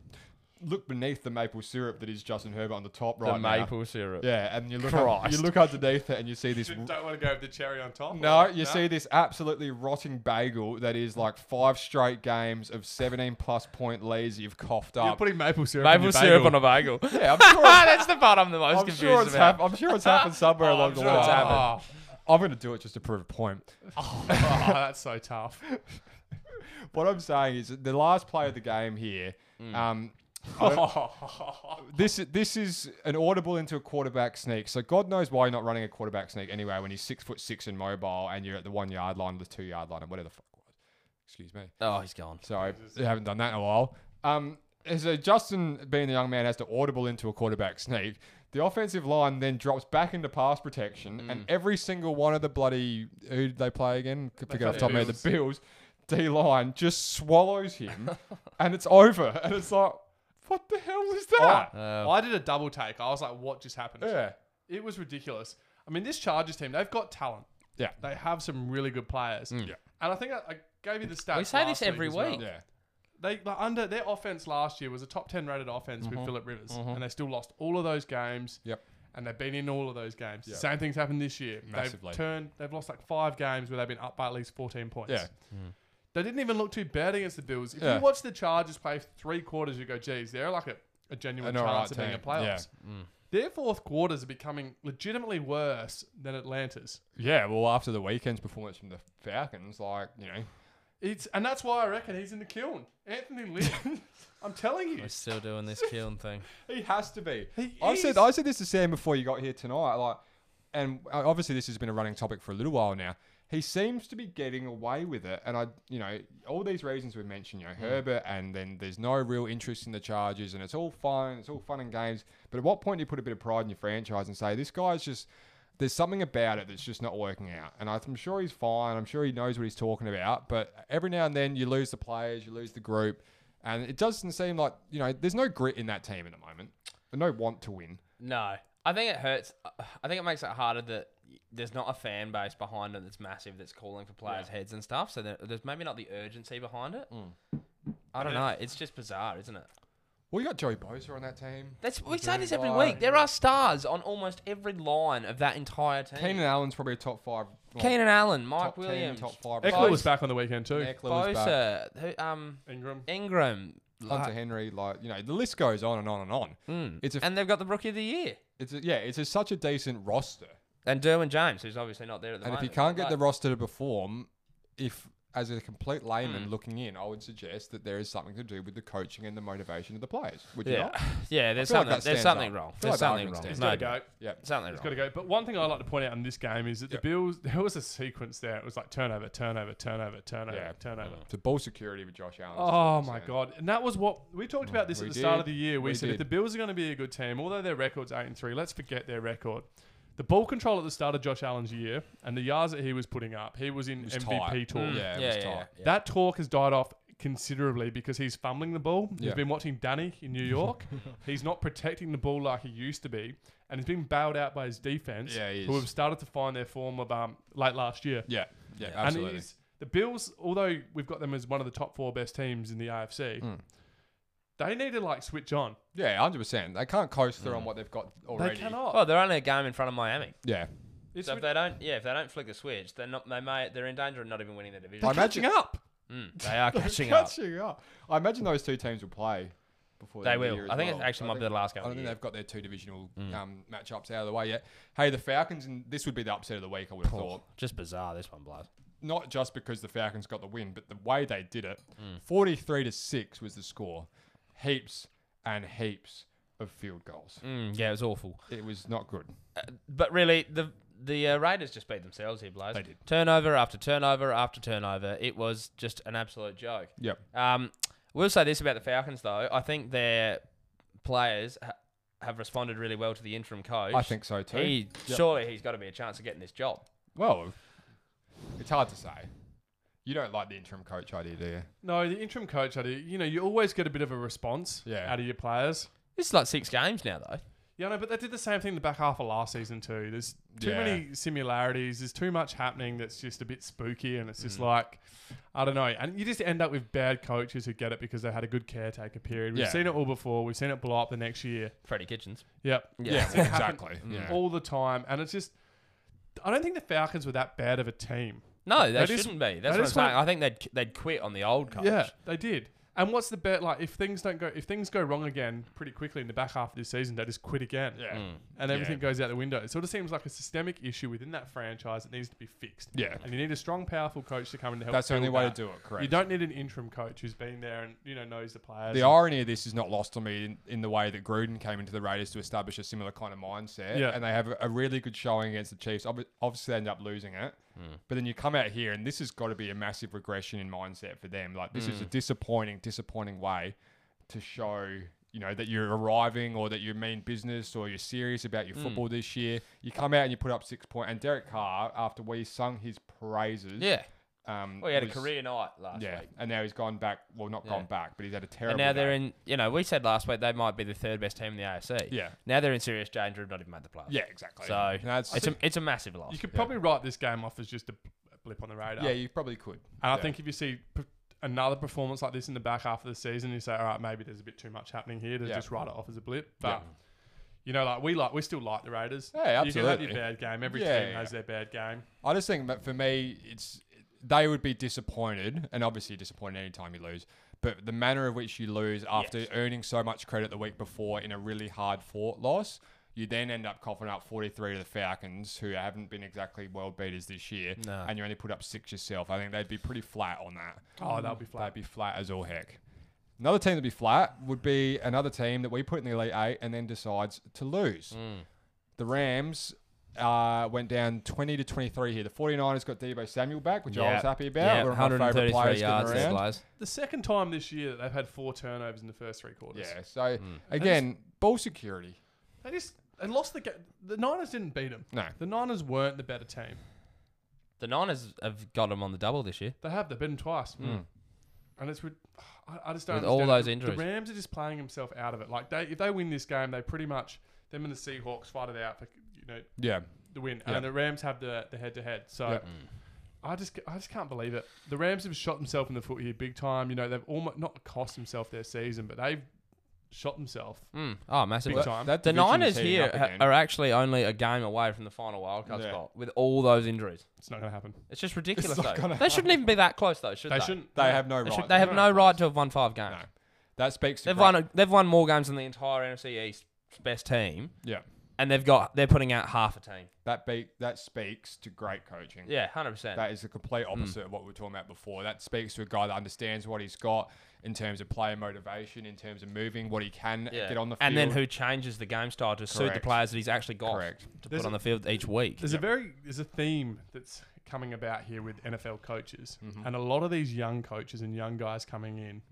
S1: look beneath the maple syrup that is Justin Herbert on the top right
S2: the
S1: now.
S2: maple syrup.
S1: Yeah, and you look up,
S2: Christ.
S1: you look underneath it and you see this.
S3: Don't want to go with the cherry on top.
S1: No,
S3: or-
S1: you see this absolutely rotting bagel that is like five straight games of 17 plus point leads you've coughed
S3: You're
S1: up.
S3: putting maple syrup.
S2: Maple
S3: in your
S2: syrup
S3: bagel.
S2: on a bagel.
S1: *laughs* yeah, I'm
S3: *laughs*
S1: sure, it's-
S2: *laughs* That's the part I'm the most
S1: I'm
S2: confused
S1: sure, it's,
S2: about.
S1: hap- I'm sure it's happened somewhere
S3: Oh,
S1: along
S3: *laughs* I'm
S1: the
S3: sure
S1: line.
S3: it's happened.
S1: I'm going to do it just to prove a point.
S3: *laughs*
S2: *laughs*
S3: oh, that's so tough.
S1: What I'm saying is the last play of the game here.
S3: Hmm.
S1: Um, I don't-
S3: oh,
S1: this this is an audible into a quarterback sneak. So God knows why you're not running a quarterback sneak anyway when he's six foot six and mobile and you're at the one yard line, the two yard line, or whatever the fuck it was. Excuse me.
S2: Oh, he's gone.
S1: Sorry, I haven't done that in a while. Um, so Justin, being the young man, has to audible into a quarterback sneak. The offensive line then drops back into pass protection, and every single one of the bloody who did they play again? Could pick it
S3: play
S1: off the top of my head,
S3: Bills.
S1: the Bills D line just swallows him, *laughs* and it's over. *laughs* And it's like, what the hell was that?
S2: Oh.
S3: I did a double take. I was like, "What just happened?"
S1: Yeah.
S3: It was ridiculous. I mean, this Chargers team—they've got talent.
S1: Yeah. Mm.
S3: They have some really good players.
S1: Yeah.
S3: And I think I, I gave you the stats.
S2: We say
S3: last
S2: this every
S3: as well.
S2: week.
S1: Yeah.
S3: They the under their offense last year was a top ten rated offense with Philip Rivers, and they still lost all of those games.
S1: Mm-hmm. Yep.
S3: And they've been in all of those games.
S1: Yep.
S3: Same things happened this year.
S1: Massively.
S3: They've turned. They've lost like five games where they've been up by at least fourteen points.
S1: Yeah.
S3: They didn't even look too bad against the Bills. If
S1: Yeah.
S3: you watch the Chargers play three quarters, you go, "Geez, they're like a, a genuine
S1: An alright
S3: chance of being a
S1: team. Yeah. Mm.
S3: playoffs." Their fourth quarters are becoming legitimately worse than Atlanta's.
S1: Yeah. Well, after the weekend's performance from the Falcons, like you know,
S3: It's and that's why I reckon he's in the kiln. Anthony
S1: *laughs*
S3: Lynn, I'm telling you,
S2: We're still doing this kiln thing.
S1: He has to be.
S3: He
S1: I said
S3: is.
S1: I said this to Sam before you got here tonight. Like, and uh, obviously this has been a running topic for a little while now. He seems to be getting away with it, and I, you know, all these reasons we mentioned, you know, Herbert, and then there's no real interest in the charges, and it's all fun, it's all fun and games. But at what point do you put a bit of pride in your franchise and say this guy's just there's something about it that's just not working out. And I'm sure he's fine. I'm sure he knows what he's talking about. But every now and then you lose the players, you lose the group. And it doesn't seem like, you know, there's no grit in that team at the moment. No want to win.
S2: No, *laughs* I think it hurts. I think it makes it harder that there's not a fan base behind it that's massive that's calling for players' heads and stuff. So there- there's maybe not the urgency behind it. I don't know. It's just bizarre, isn't it?
S1: Well, you got Joey Bosa on that team.
S2: That's we say this every
S1: Right.
S2: week. There are stars on almost every line of that entire team.
S1: Keenan Allen's probably a top five. well,
S2: Keenan Allen,
S1: top
S2: Mike
S1: 10,
S2: Williams,
S1: top five.
S3: Eckler
S1: receiver.
S3: was back on the weekend too.
S1: Eckler was back.
S2: Bosa, who, um,
S3: Ingram.
S2: Ingram,
S1: Hunter
S2: like-
S1: Henry, like you know, the list goes on and on and on.
S2: Mm.
S1: It's a,
S2: and they've got the Rookie of the Year
S1: it's a, yeah, it's a, such a decent roster.
S2: and Derwin James, who's obviously not there at the
S1: And if
S2: moment.
S1: you can't get
S2: Like-
S1: the roster to perform, if as a complete
S2: Hmm.
S1: layman looking in, I would suggest that there is something to do with the coaching and the motivation of the players. Would you
S2: yeah,
S1: not?
S2: *sighs* yeah, there's
S1: feel like that
S2: something, there's
S1: stands up.
S2: something wrong.
S1: I feel
S2: There's
S1: like that
S2: something
S1: argument
S2: wrong.
S1: stands
S3: He's
S1: No,
S3: got
S2: No,
S3: to go.
S1: Yeah.
S2: something
S3: He's
S2: wrong.
S3: got to go. But one thing I like to point out in this game is that the Bills. *laughs* There was a sequence there. It was like turnover, turnover, turnover, turnover,
S1: Yeah. Mm.
S3: turnover.
S1: To ball security with Josh Allen.
S3: Oh my god! And that was what we talked about this
S1: We
S3: at the start
S1: did.
S3: of the year. We,
S1: We
S3: said if
S1: did.
S3: the Bills are going to be a good team, although their record's eight and three, let's forget their record. The ball control at the start of Josh Allen's year and the yards that he was putting up, he was in
S1: was
S3: MVP
S1: tight.
S3: talk.
S1: Mm. Yeah, it
S2: yeah,
S1: was
S2: yeah,
S1: tight.
S2: yeah.
S3: That talk has died off considerably because he's fumbling the ball. He's
S1: Yeah.
S3: been watching Danny in New
S1: *laughs*
S3: York. he's not protecting the ball like he used to be, and he's been bailed out by his defense,
S1: Yeah, he
S3: who
S1: is.
S3: have started to find their form of um, late last year.
S1: Yeah. Yeah.
S2: And
S3: And it
S1: Absolutely.
S3: is the Bills, although we've got them as one of the top four best teams in the AFC,
S1: Mm.
S3: they need to like switch on.
S1: Yeah, hundred percent. They can't coast through on
S2: Hmm.
S1: what they've got already.
S3: They cannot.
S2: Well, they're only a game in front of Miami.
S1: Yeah.
S3: it's
S2: So if
S3: rid-
S2: they don't, yeah, if they don't flick the switch, they're not. They may. They're in danger of not even winning the division.
S1: I imagine
S3: catching up.
S2: Mm, they
S1: *laughs*
S2: are catching up.
S1: catching up. I imagine those two teams will play before the
S2: They
S1: end of the
S2: will.
S1: year
S2: I
S1: as
S2: think it
S1: well.
S2: actually might be
S1: think-
S2: the Mm. last game
S1: I don't
S2: of the
S1: think
S2: year.
S1: they've got their two divisional um, matchups out of the way yet. Hey, the Falcons, and this would be the upset of the week. I would have thought.
S2: Just bizarre. This one blows.
S1: not just because the Falcons got the win, but the way they did it.
S2: Mm.
S1: 43 to 6 was the score. Heaps and heaps of field goals.
S2: Mm, yeah, it was awful.
S1: It was not good.
S2: Uh, but really, the the uh, Raiders just beat themselves here, Blaze.
S1: They did.
S2: Turnover after turnover after turnover. It was just an absolute joke.
S1: Yep.
S2: Um, we'll say this about the Falcons though. I think their players ha- have responded really well to the interim coach.
S1: I think so too.
S2: He
S1: Yep.
S2: surely he's got to be a chance of getting this job.
S1: Well, it's hard to say. You don't like the interim coach idea, do you?
S3: No, the interim coach, I do. You know, you always get a bit of a response
S1: Yeah.
S3: out of your players.
S2: This is like six games now though.
S3: Yeah, no, but they did the same thing the back half of last season too. There's too
S1: Yeah.
S3: many similarities. There's too much happening that's just a bit spooky, and it's
S1: Mm.
S3: just like, I don't know. And you just end up with bad coaches who get it because they had a good caretaker period. We've
S1: Yeah.
S3: seen it all before. We've seen it blow up the next year.
S2: Freddie Kitchens.
S3: Yep.
S1: Yeah,
S2: *laughs* Yeah.
S1: *laughs* well,
S3: It happened
S1: exactly. Yeah.
S2: Mm.
S3: All the time, and it's just, I don't think the Falcons were that bad of a team.
S2: No, they
S3: That is-
S2: shouldn't be. That's
S3: that
S2: what I'm
S3: is
S2: saying.
S3: what-
S2: I think they'd they'd quit on the old coach.
S3: Yeah, they did. And what's the bet? Like, if things don't go, if things go wrong again pretty quickly in the back half of this season, they just quit again.
S1: Yeah.
S2: Mm.
S3: and
S1: Yeah.
S3: everything goes out the window. It sort of seems like a systemic issue within that franchise that needs to be fixed.
S1: Yeah.
S3: And you need a strong, powerful coach to come in to help.
S1: That's the only
S3: build
S1: way
S3: that.
S1: to do it, correct?
S3: You don't need an interim coach who's been there and you know knows the players.
S1: the
S3: and-
S1: irony of this is not lost on me in, in the way that Gruden came into the Raiders to establish a similar kind of mindset.
S3: Yeah.
S1: And they have a, a really good showing against the Chiefs. Ob- Obviously, they end up losing it. But then you come out here, and this has got to be a massive regression in mindset for them. Like, this is a disappointing, disappointing way to show. You know that you're arriving, or that you mean business, or you're serious about your football this year. You come out and you put up six point. And Derek Carr, after we sung his praises,
S2: Yeah.
S1: um,
S2: Well, he had a
S1: was-
S2: career night last
S1: yeah,
S2: week.
S1: and now he's gone back. Well, not
S2: Yeah.
S1: gone back, but he's had a terrible.
S2: And now they're
S1: day.
S2: in, you know, we said last week they might be the third best team in the AFC.
S1: Yeah.
S2: Now they're in serious danger of not even made the playoffs.
S1: Yeah, exactly.
S2: So
S1: that's
S2: it's a it's a massive loss.
S3: You could probably write this game off as just a blip on the radar.
S1: yeah, you probably could.
S3: And I
S1: Yeah.
S3: think if you see p- another performance like this in the back half of the season, you say, all right, maybe there's a bit too much happening here to
S1: Yeah.
S3: just write it off as a blip. But
S1: Yeah.
S3: you know, like we like we still like the Raiders.
S1: Yeah,
S3: You
S1: absolutely.
S3: can have your bad game. Every
S1: Yeah,
S3: team
S1: yeah.
S3: has their bad game.
S1: I just think that for me, it's they would be disappointed, and obviously you're disappointed anytime you lose. But the manner in which you lose after earning so much credit the week before in a really hard fought loss, you then end up coughing up 43 to the Falcons, who haven't been exactly world beaters this year,
S2: No.
S1: and you only put up six yourself. I think they'd be pretty flat on that.
S3: Oh, that'll be flat.
S1: They'd be flat as all heck. Another team that'd be flat would be another team that we put in the Elite Eight and then decides to lose.
S2: Mm.
S1: The Rams uh, went down 20 to 23 here. The 49ers got Debo Samuel back, which I was happy about.
S2: Yeah,
S1: One of my favourite
S2: 133
S1: players
S2: yards
S1: getting
S2: there,
S1: around.
S2: Blaze.
S3: The second time this year that they've had four turnovers in the first three quarters.
S1: Yeah, so
S2: Mm.
S1: again, ball security.
S3: They just they lost the game. The Niners didn't beat them.
S1: No.
S3: The Niners weren't the better team.
S2: The Niners have got them on the double this year.
S3: They have. They've beat them twice.
S2: Mm.
S1: Mm.
S3: And it's with, I, I just don't
S2: With all
S3: understand.
S2: those
S3: The-
S2: injuries.
S3: The Rams are just playing themselves out of it. Like they, if they win this game, they pretty much them and the Seahawks fight it out for you know
S1: Yeah.
S3: the win,
S1: Yeah.
S3: and the Rams have the the head to head. So.
S1: Yeah.
S3: I just, I just can't believe it. The Rams have shot themselves in the foot here, big time. You know, they've almost not cost themselves their season, but they've shot themselves.
S2: Mm. Oh, massive.
S3: Big
S2: loss.
S3: time.
S2: The
S1: division is
S2: Niners
S1: heating
S2: here
S1: up
S2: ha-
S1: again.
S2: are actually only a game away from the final wildcard
S1: Yeah.
S2: spot with all those injuries.
S3: It's not going to happen.
S2: It's just ridiculous.
S1: not
S2: though. They
S1: gonna
S2: shouldn't even be that close though, should
S3: They
S2: they?
S3: shouldn't.
S1: They have no
S2: They,
S1: right.
S2: should- they have no right to have won five games.
S1: No. That speaks to
S2: They've
S1: great-
S2: won. A, they've won more games than the entire NFC East best team,
S1: Yeah.
S2: and they've got they're putting out half a team.
S1: That be- that speaks to great coaching.
S2: Yeah, hundred percent.
S1: That is the complete
S2: Hmm.
S1: opposite of what we were talking about before. That speaks to a guy that understands what he's got in terms of player motivation, in terms of moving, what he can
S2: Yeah.
S1: get on the field.
S2: and then who changes the game style to suit the
S1: Correct.
S2: players that he's actually got
S1: Correct.
S2: to
S3: There's
S2: put
S3: a-
S2: on the field each week.
S3: There's a very there's a theme that's coming about here with NFL coaches,
S1: Mm-hmm.
S3: and a lot of these young coaches and young guys coming in,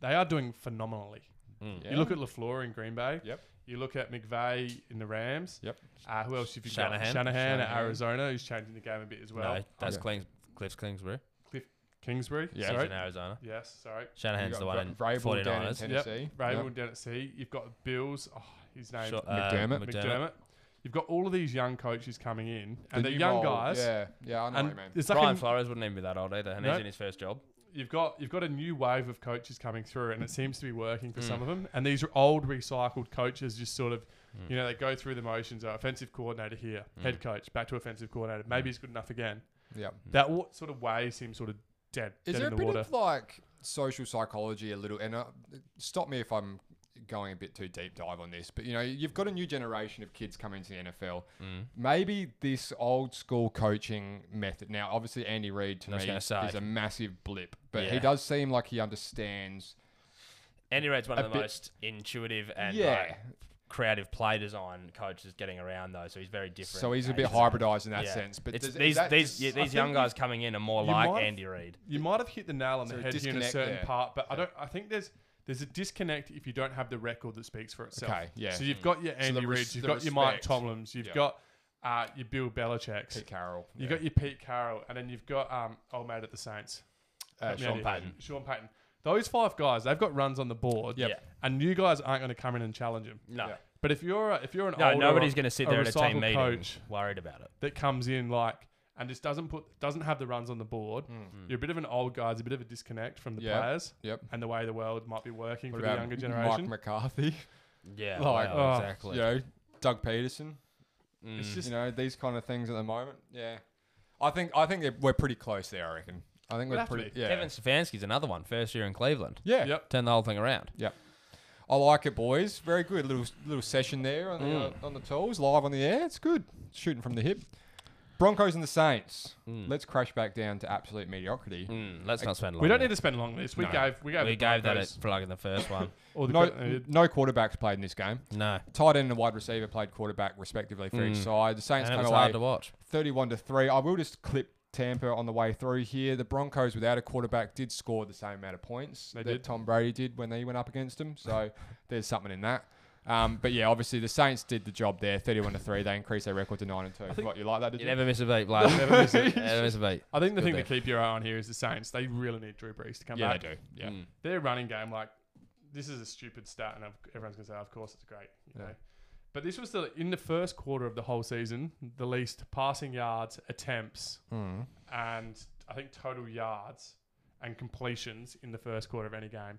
S3: they are doing phenomenally.
S1: Yeah.
S2: Hmm.
S3: You look at Lafleur in Green Bay.
S1: Yep.
S3: You look at McVay in the Rams.
S1: Yep.
S3: Uh, who else have you
S2: Shanahan.
S3: got? Shanahan at
S1: Shanahan.
S3: Arizona, who's changing the game a bit as well.
S2: no, that's
S1: yeah.
S2: Clings, Cliff Kingsbury.
S3: Kingsbury.
S1: Yeah.
S2: He's
S3: Sorry.
S2: in Arizona.
S3: Yes. Sorry.
S2: Shanahan's
S1: got
S2: the one
S1: Ra-
S2: in
S1: Vrabel down in
S2: 49ers.
S1: Tennessee. Yep.
S3: Raven down at sea. You've got Bills. Oh, his name's
S2: Sure, uh,
S1: McDermott.
S3: McDermott. You've got all of these young coaches coming in, and
S1: The new
S3: they're young
S1: mold.
S3: guys.
S1: Yeah, yeah, I know
S3: And
S1: what you mean.
S3: it's like
S2: Brian
S3: in-
S2: Flores wouldn't even be that old either, and
S3: No.
S2: he's in his first job.
S3: you've got you've got a new wave of coaches coming through, and it seems to be working
S1: Mm.
S3: for some of them. And these are old, recycled coaches, just sort of,
S1: Mm.
S3: you know, they go through the motions. Oh, offensive coordinator here, head coach, back to offensive coordinator.
S1: Mm.
S3: Maybe he's good enough again.
S1: Yeah.
S3: That w- sort of way seems sort of dead,
S1: Is
S3: dead
S1: there a
S3: in the
S1: bit
S3: water.
S1: of like social psychology a little? And uh, stop me if I'm going a bit too deep dive on this, but you know, you've got a new generation of kids coming to the NFL.
S2: Mm.
S1: Maybe this old school coaching method. Now, obviously, Andy Reid to
S2: I was
S1: me
S2: gonna
S1: is
S2: say.
S1: a massive blip, but
S2: Yeah.
S1: he does seem like he understands.
S2: Andy Reid's one of
S1: A
S2: the
S1: bit-
S2: most intuitive and
S1: Yeah.
S2: like, creative play design coaches getting around though, so he's very different.
S1: So he's a bit
S2: coach.
S1: hybridized in that
S2: Yeah.
S1: sense. But
S2: It's-
S1: does-
S2: these
S1: that
S2: these
S1: just-
S2: yeah,
S3: I
S2: these
S3: think
S2: young
S3: you-
S2: guys coming in are more
S3: you
S2: like
S3: might-
S2: Andy Reid.
S3: you might have hit the nail on
S1: So
S3: the
S1: a
S3: head here in a
S1: disconnect
S3: certain
S1: there.
S3: part, but I don't. I think there's there's a disconnect if you don't have the record that speaks for itself.
S1: Okay, yeah. Mm.
S3: So you've got your
S1: the
S3: Andy
S1: res-
S3: Reid, you've
S1: the
S3: got your Mike
S1: respect.
S3: Tomlins, you've
S1: Yeah.
S3: got uh, your Bill Belichick's,
S1: Pete Carroll. Uh,
S3: you
S1: yeah.
S3: got your Pete Carroll, and then you've got um old mate at the Saints,
S1: Uh,
S3: Help me
S1: Sean
S3: out here.
S2: Payton.
S3: Sean Payton. Those five guys, they've got runs on the board,
S1: Yep.
S2: Yeah.
S3: and you guys aren't going to come in and challenge them.
S2: No.
S1: Yeah.
S3: But if you're a, if you're an
S2: No,
S3: older,
S2: nobody's going to sit
S3: a
S2: there at a
S3: recycled
S2: team meeting
S3: coach.
S2: worried about it.
S3: that comes in like and just doesn't put doesn't have the runs on the board,
S1: Hmm.
S3: you're a bit of an old guy. It's a bit of a disconnect from the
S1: Yeah.
S3: players
S1: Mm. Yep.
S3: and the way the world might be working
S1: What
S3: for the
S1: about
S3: younger generation.
S1: *laughs* Mike McCarthy?
S2: Yeah,
S1: Like,
S2: wow,
S3: oh,
S2: exactly. Mm.
S1: You know, Doug Peterson.
S3: it's just
S1: you know these kind of things at the moment. Yeah, I think I think that we're pretty close there. I reckon. I think
S3: We'd
S1: we're
S3: have to
S1: pretty.
S3: be.
S1: Yeah.
S2: Kevin Stefanski's another one, first year in Cleveland.
S1: yeah.
S3: yep.
S2: Turn the whole thing around.
S1: I like it, boys. Very good little little session there on the
S2: Mm.
S1: uh, on the tools, live on the air. It's good shooting from the hip. Broncos and the Saints. Let's crash back down to absolute mediocrity.
S2: Mm, let's not spend.
S3: We
S2: long
S3: don't
S2: on
S3: need to spend long on this. We
S2: No.
S3: gave we gave
S2: we
S3: the
S2: gave that a
S3: Broncos
S2: plug in the first *laughs* one.
S3: all the
S1: No,
S3: credit they needed.
S1: no quarterbacks played in this game.
S2: No,
S1: Tight end and wide receiver played quarterback respectively for each
S2: Mm.
S1: side. The Saints
S2: and it
S1: came
S2: was hard
S1: away
S2: to watch.
S1: 31 to 3. I will just clip Tampa on the way through here. The Broncos without a quarterback did score the same amount of points
S3: They
S1: that
S3: did.
S1: Tom Brady did when they went up against him.
S3: *laughs*
S1: So there's something in that. Um, but yeah, obviously the Saints did the job there, 31 to 3. They increased their record to 9 and 2. What, you like that, did
S2: You
S1: you?
S2: never miss a beat, *laughs* blood.
S3: Never miss it.
S2: never miss a beat.
S3: I think the
S2: Good
S3: thing
S2: there.
S3: to keep your eye on here is the Saints. They really need Drew Brees to come
S1: yeah, they do.
S3: back.
S1: Yeah.
S2: Mm.
S3: Their running game, like this, is a stupid stat, and of- everyone's gonna say, "Of course, it's great." You
S1: Yeah.
S3: know? But this was the in the first quarter of the whole season, the least passing yards, attempts,
S1: Mm.
S3: and I think total yards and completions in the first quarter of any game.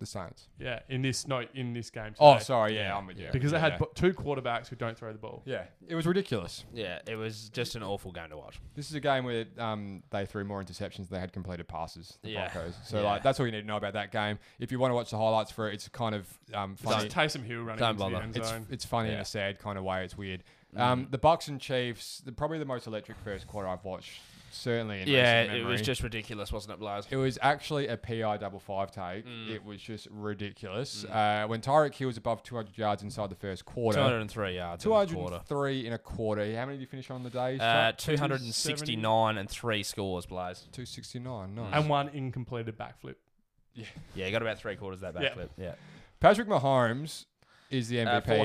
S1: The Saints.
S3: Yeah, in this no, in this game. Today.
S1: Oh, sorry. Yeah, I'm with you.
S3: because they
S1: Yeah,
S3: had
S1: yeah.
S3: bo- two quarterbacks who don't throw the ball.
S1: Yeah, it was ridiculous.
S2: Yeah, it was just an awful game to watch.
S1: This is a game where um, they threw more interceptions than they had completed passes. The
S2: Yeah.
S1: Broncos. So
S2: Yeah.
S1: like, that's all you need to know about that game. If you want to watch the highlights for it, it's kind of um, funny.
S3: Just Taysom Hill running
S2: Don't
S3: into the
S2: bother.
S3: end
S1: It's,
S3: zone.
S1: it's funny in
S2: Yeah. Mm.
S1: a sad kind of way. It's weird. Um, the Bucks and Chiefs, the, probably the most electric first quarter I've watched, certainly in
S2: yeah,
S1: recent
S2: it
S1: memory.
S2: was just ridiculous, wasn't it, Blaz?
S1: It was actually a PI double five take.
S2: Mm.
S1: It was just ridiculous. Uh, when Tyreek Hill was above 200 yards inside the first
S2: Two
S1: quarter,
S2: hundred and three yards. in the quarter.
S1: 203 in a quarter. How many did you finish on the day?
S2: Uh,
S1: Shaq?
S2: 269 and three scores, Blaze.
S1: 269. Nice.
S3: and one incompleted backflip.
S2: Yeah, you got about three quarters of that
S3: Yeah.
S2: backflip. Yeah.
S1: Patrick Mahomes is the MVP.
S2: Uh,
S1: of this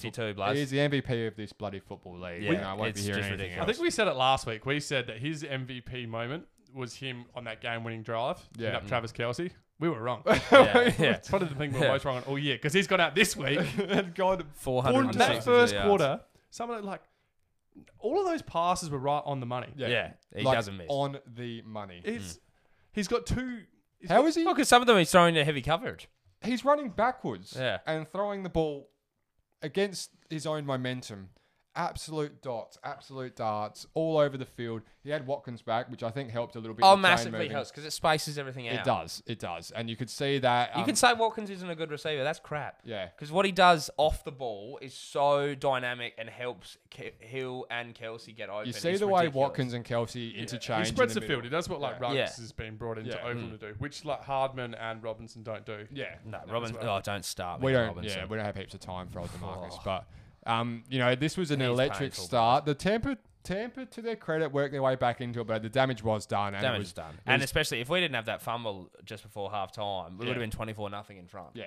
S2: 462,
S1: fo-
S2: Blaze.
S1: He's the MVP of this bloody football league.
S2: Yeah,
S1: You know, I won't
S2: it's
S1: be hearing
S2: just
S1: anything
S2: ridiculous.
S1: else.
S3: I think we said it last week. We said that his MVP moment was him on that game-winning drive.
S1: Yeah.
S3: hit up Travis Kelsey. We were wrong. *laughs*
S2: yeah, yeah.
S3: it's probably the thing we were
S2: Yeah.
S3: most wrong on all year because he's gone out
S1: *laughs*
S3: this week and gone Well,
S2: 462
S3: that first
S2: yards.
S3: quarter, someone like all of those passes were right on the money.
S1: Yeah.
S2: Yeah, he
S1: Like,
S2: doesn't miss.
S1: On the money.
S3: It's he's got two. he's
S1: How
S3: got-
S1: is he?
S2: Oh, because some of them he's throwing to heavy coverage.
S1: He's running backwards
S2: Yeah.
S1: and throwing the ball against his own momentum. Absolute dots, absolute darts all over the field. He had Watkins back, which I think helped a little bit.
S2: Oh,
S1: in the chain
S2: massively
S1: moving.
S2: helps because it spaces everything out.
S1: It does. It does. And you could see that.
S2: You
S1: um,
S2: can say Watkins isn't a good receiver. That's crap. *laughs*
S1: Yeah.
S2: Because what he does off the ball is so dynamic and helps Ke- Hill and Kelsey get open.
S1: You see
S2: It's
S1: the way
S2: ridiculous.
S1: Watkins and Kelsey interchange.
S3: He spreads
S1: in the,
S3: the, field. He
S1: middle.
S3: does what like Ruggs
S2: Yeah.
S3: has been brought in
S1: Yeah.
S3: to Oakland to do, which like Hardman and Robinson don't do.
S1: Yeah.
S2: No, Robinson.
S3: well.
S2: Oh, don't start.
S1: we
S2: with
S1: don't.
S2: Robinson.
S1: Yeah, we don't have heaps of time for old Demarcus, but um, you know, this was an
S2: Oh. He's
S1: electric
S2: painful,
S1: start. The Tampa, Tampa, to their credit, worked their way back into it, but the damage was done. And
S2: Damage
S1: it
S2: was,
S1: was
S2: done.
S1: it
S2: And
S1: was-
S2: especially if we didn't have that fumble just before half time, we would have been 24 nothing in front.
S1: Yeah.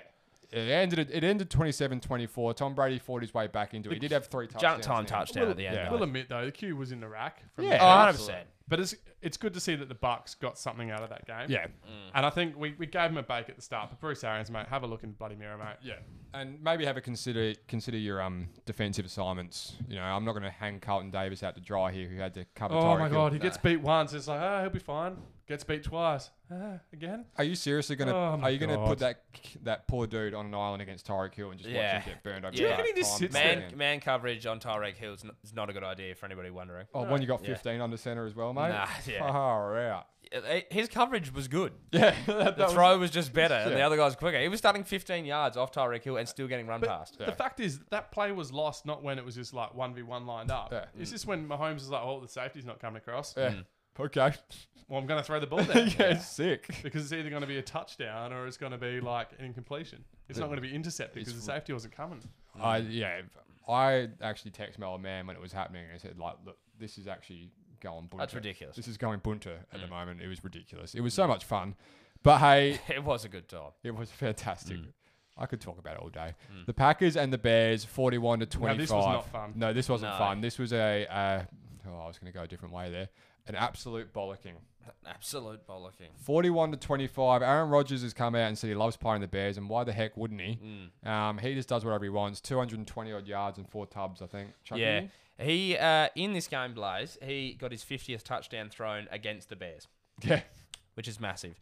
S1: It ended. It ended 27-24. Tom Brady fought his way back into it. He did have three touchdowns.
S2: Junk time
S1: now.
S2: touchdown at the end.
S1: yeah.
S2: Yeah.
S3: We'll admit though, the Q was in the rack. From
S1: Yeah.
S3: the
S2: Oh,
S3: Bucks.
S2: 100%.
S3: But it's it's good to see that the Bucks got something out of that game.
S1: Yeah,
S3: And I think we, we gave him a bake at the start, but Bruce Arians, mate, have a look in the bloody mirror, mate.
S1: yeah. And maybe have a consider consider your um defensive assignments. You know, I'm not going to hang Carlton Davis out to dry here, who had to cover.
S3: Oh
S1: Tyreek
S3: my
S1: Hill.
S3: god, he gets beat once. It's like, oh, he'll be fine. Gets beat twice. Ah, again.
S1: Are you seriously going to?
S3: Oh my
S1: are you going to put
S3: God.
S1: that that poor dude on an island against Tyreek Hill and just
S2: Yeah.
S1: watch him get burned over?
S2: Do you
S1: the
S2: reckon
S1: back
S3: he just
S1: time?
S3: sits there?
S2: Man, man coverage on Tyreek Hill is n- is not a good idea for anybody wondering.
S1: Oh, when you got
S2: Yeah.
S1: 15 under center as well, mate.
S2: Nah, yeah.
S1: Far
S2: *laughs*
S1: out.
S2: Uh, His coverage was good.
S1: Yeah, that,
S2: The
S1: that was-
S2: throw was just better, and the
S1: yeah.
S2: other guy's quicker. He was starting 15 yards off Tyreek Hill and still getting run past.
S3: The fact is, that play was lost not when it was just like 1v1 lined up.
S1: Yeah.
S3: It's just when Mahomes is like, oh, the safety's not coming across.
S1: Yeah.
S2: Mm. *laughs*
S1: Okay.
S3: Well, I'm going to throw the ball there.
S1: *laughs* yeah, sick.
S3: Because it's either going to be a touchdown or it's going to be like an incompletion. It's not going to be intercepted because the safety wasn't coming.
S2: Mm.
S1: I yeah, I actually texted my old man when it was happening and I said like, look, this is actually going bunter.
S2: That's ridiculous. Mm.
S1: This is going bunter at the moment. It was ridiculous. It was so much fun, but hey,
S2: *laughs* It was a good time.
S1: it was *laughs* fantastic.
S2: Mm.
S1: I could talk about it all day. The Packers and the Bears, forty-one to
S3: Now,
S1: twenty-five.
S3: this was not fun.
S1: No, this wasn't
S2: No.
S1: fun. This was a. Uh, oh, I was going to go a different way there. An absolute bollocking.
S2: Absolute bollocking.
S1: 41 to 25. Aaron Rodgers has come out and said he loves playing the Bears, and why the heck wouldn't he?
S2: Mm.
S1: Um, he just does whatever he wants. 220 odd yards and four tubs, I think. Chuck,
S2: yeah.
S1: didn't
S2: He uh, in this game, Blaze, he got his 50th touchdown thrown against the Bears. *laughs*
S1: he? Yeah.
S2: which is massive.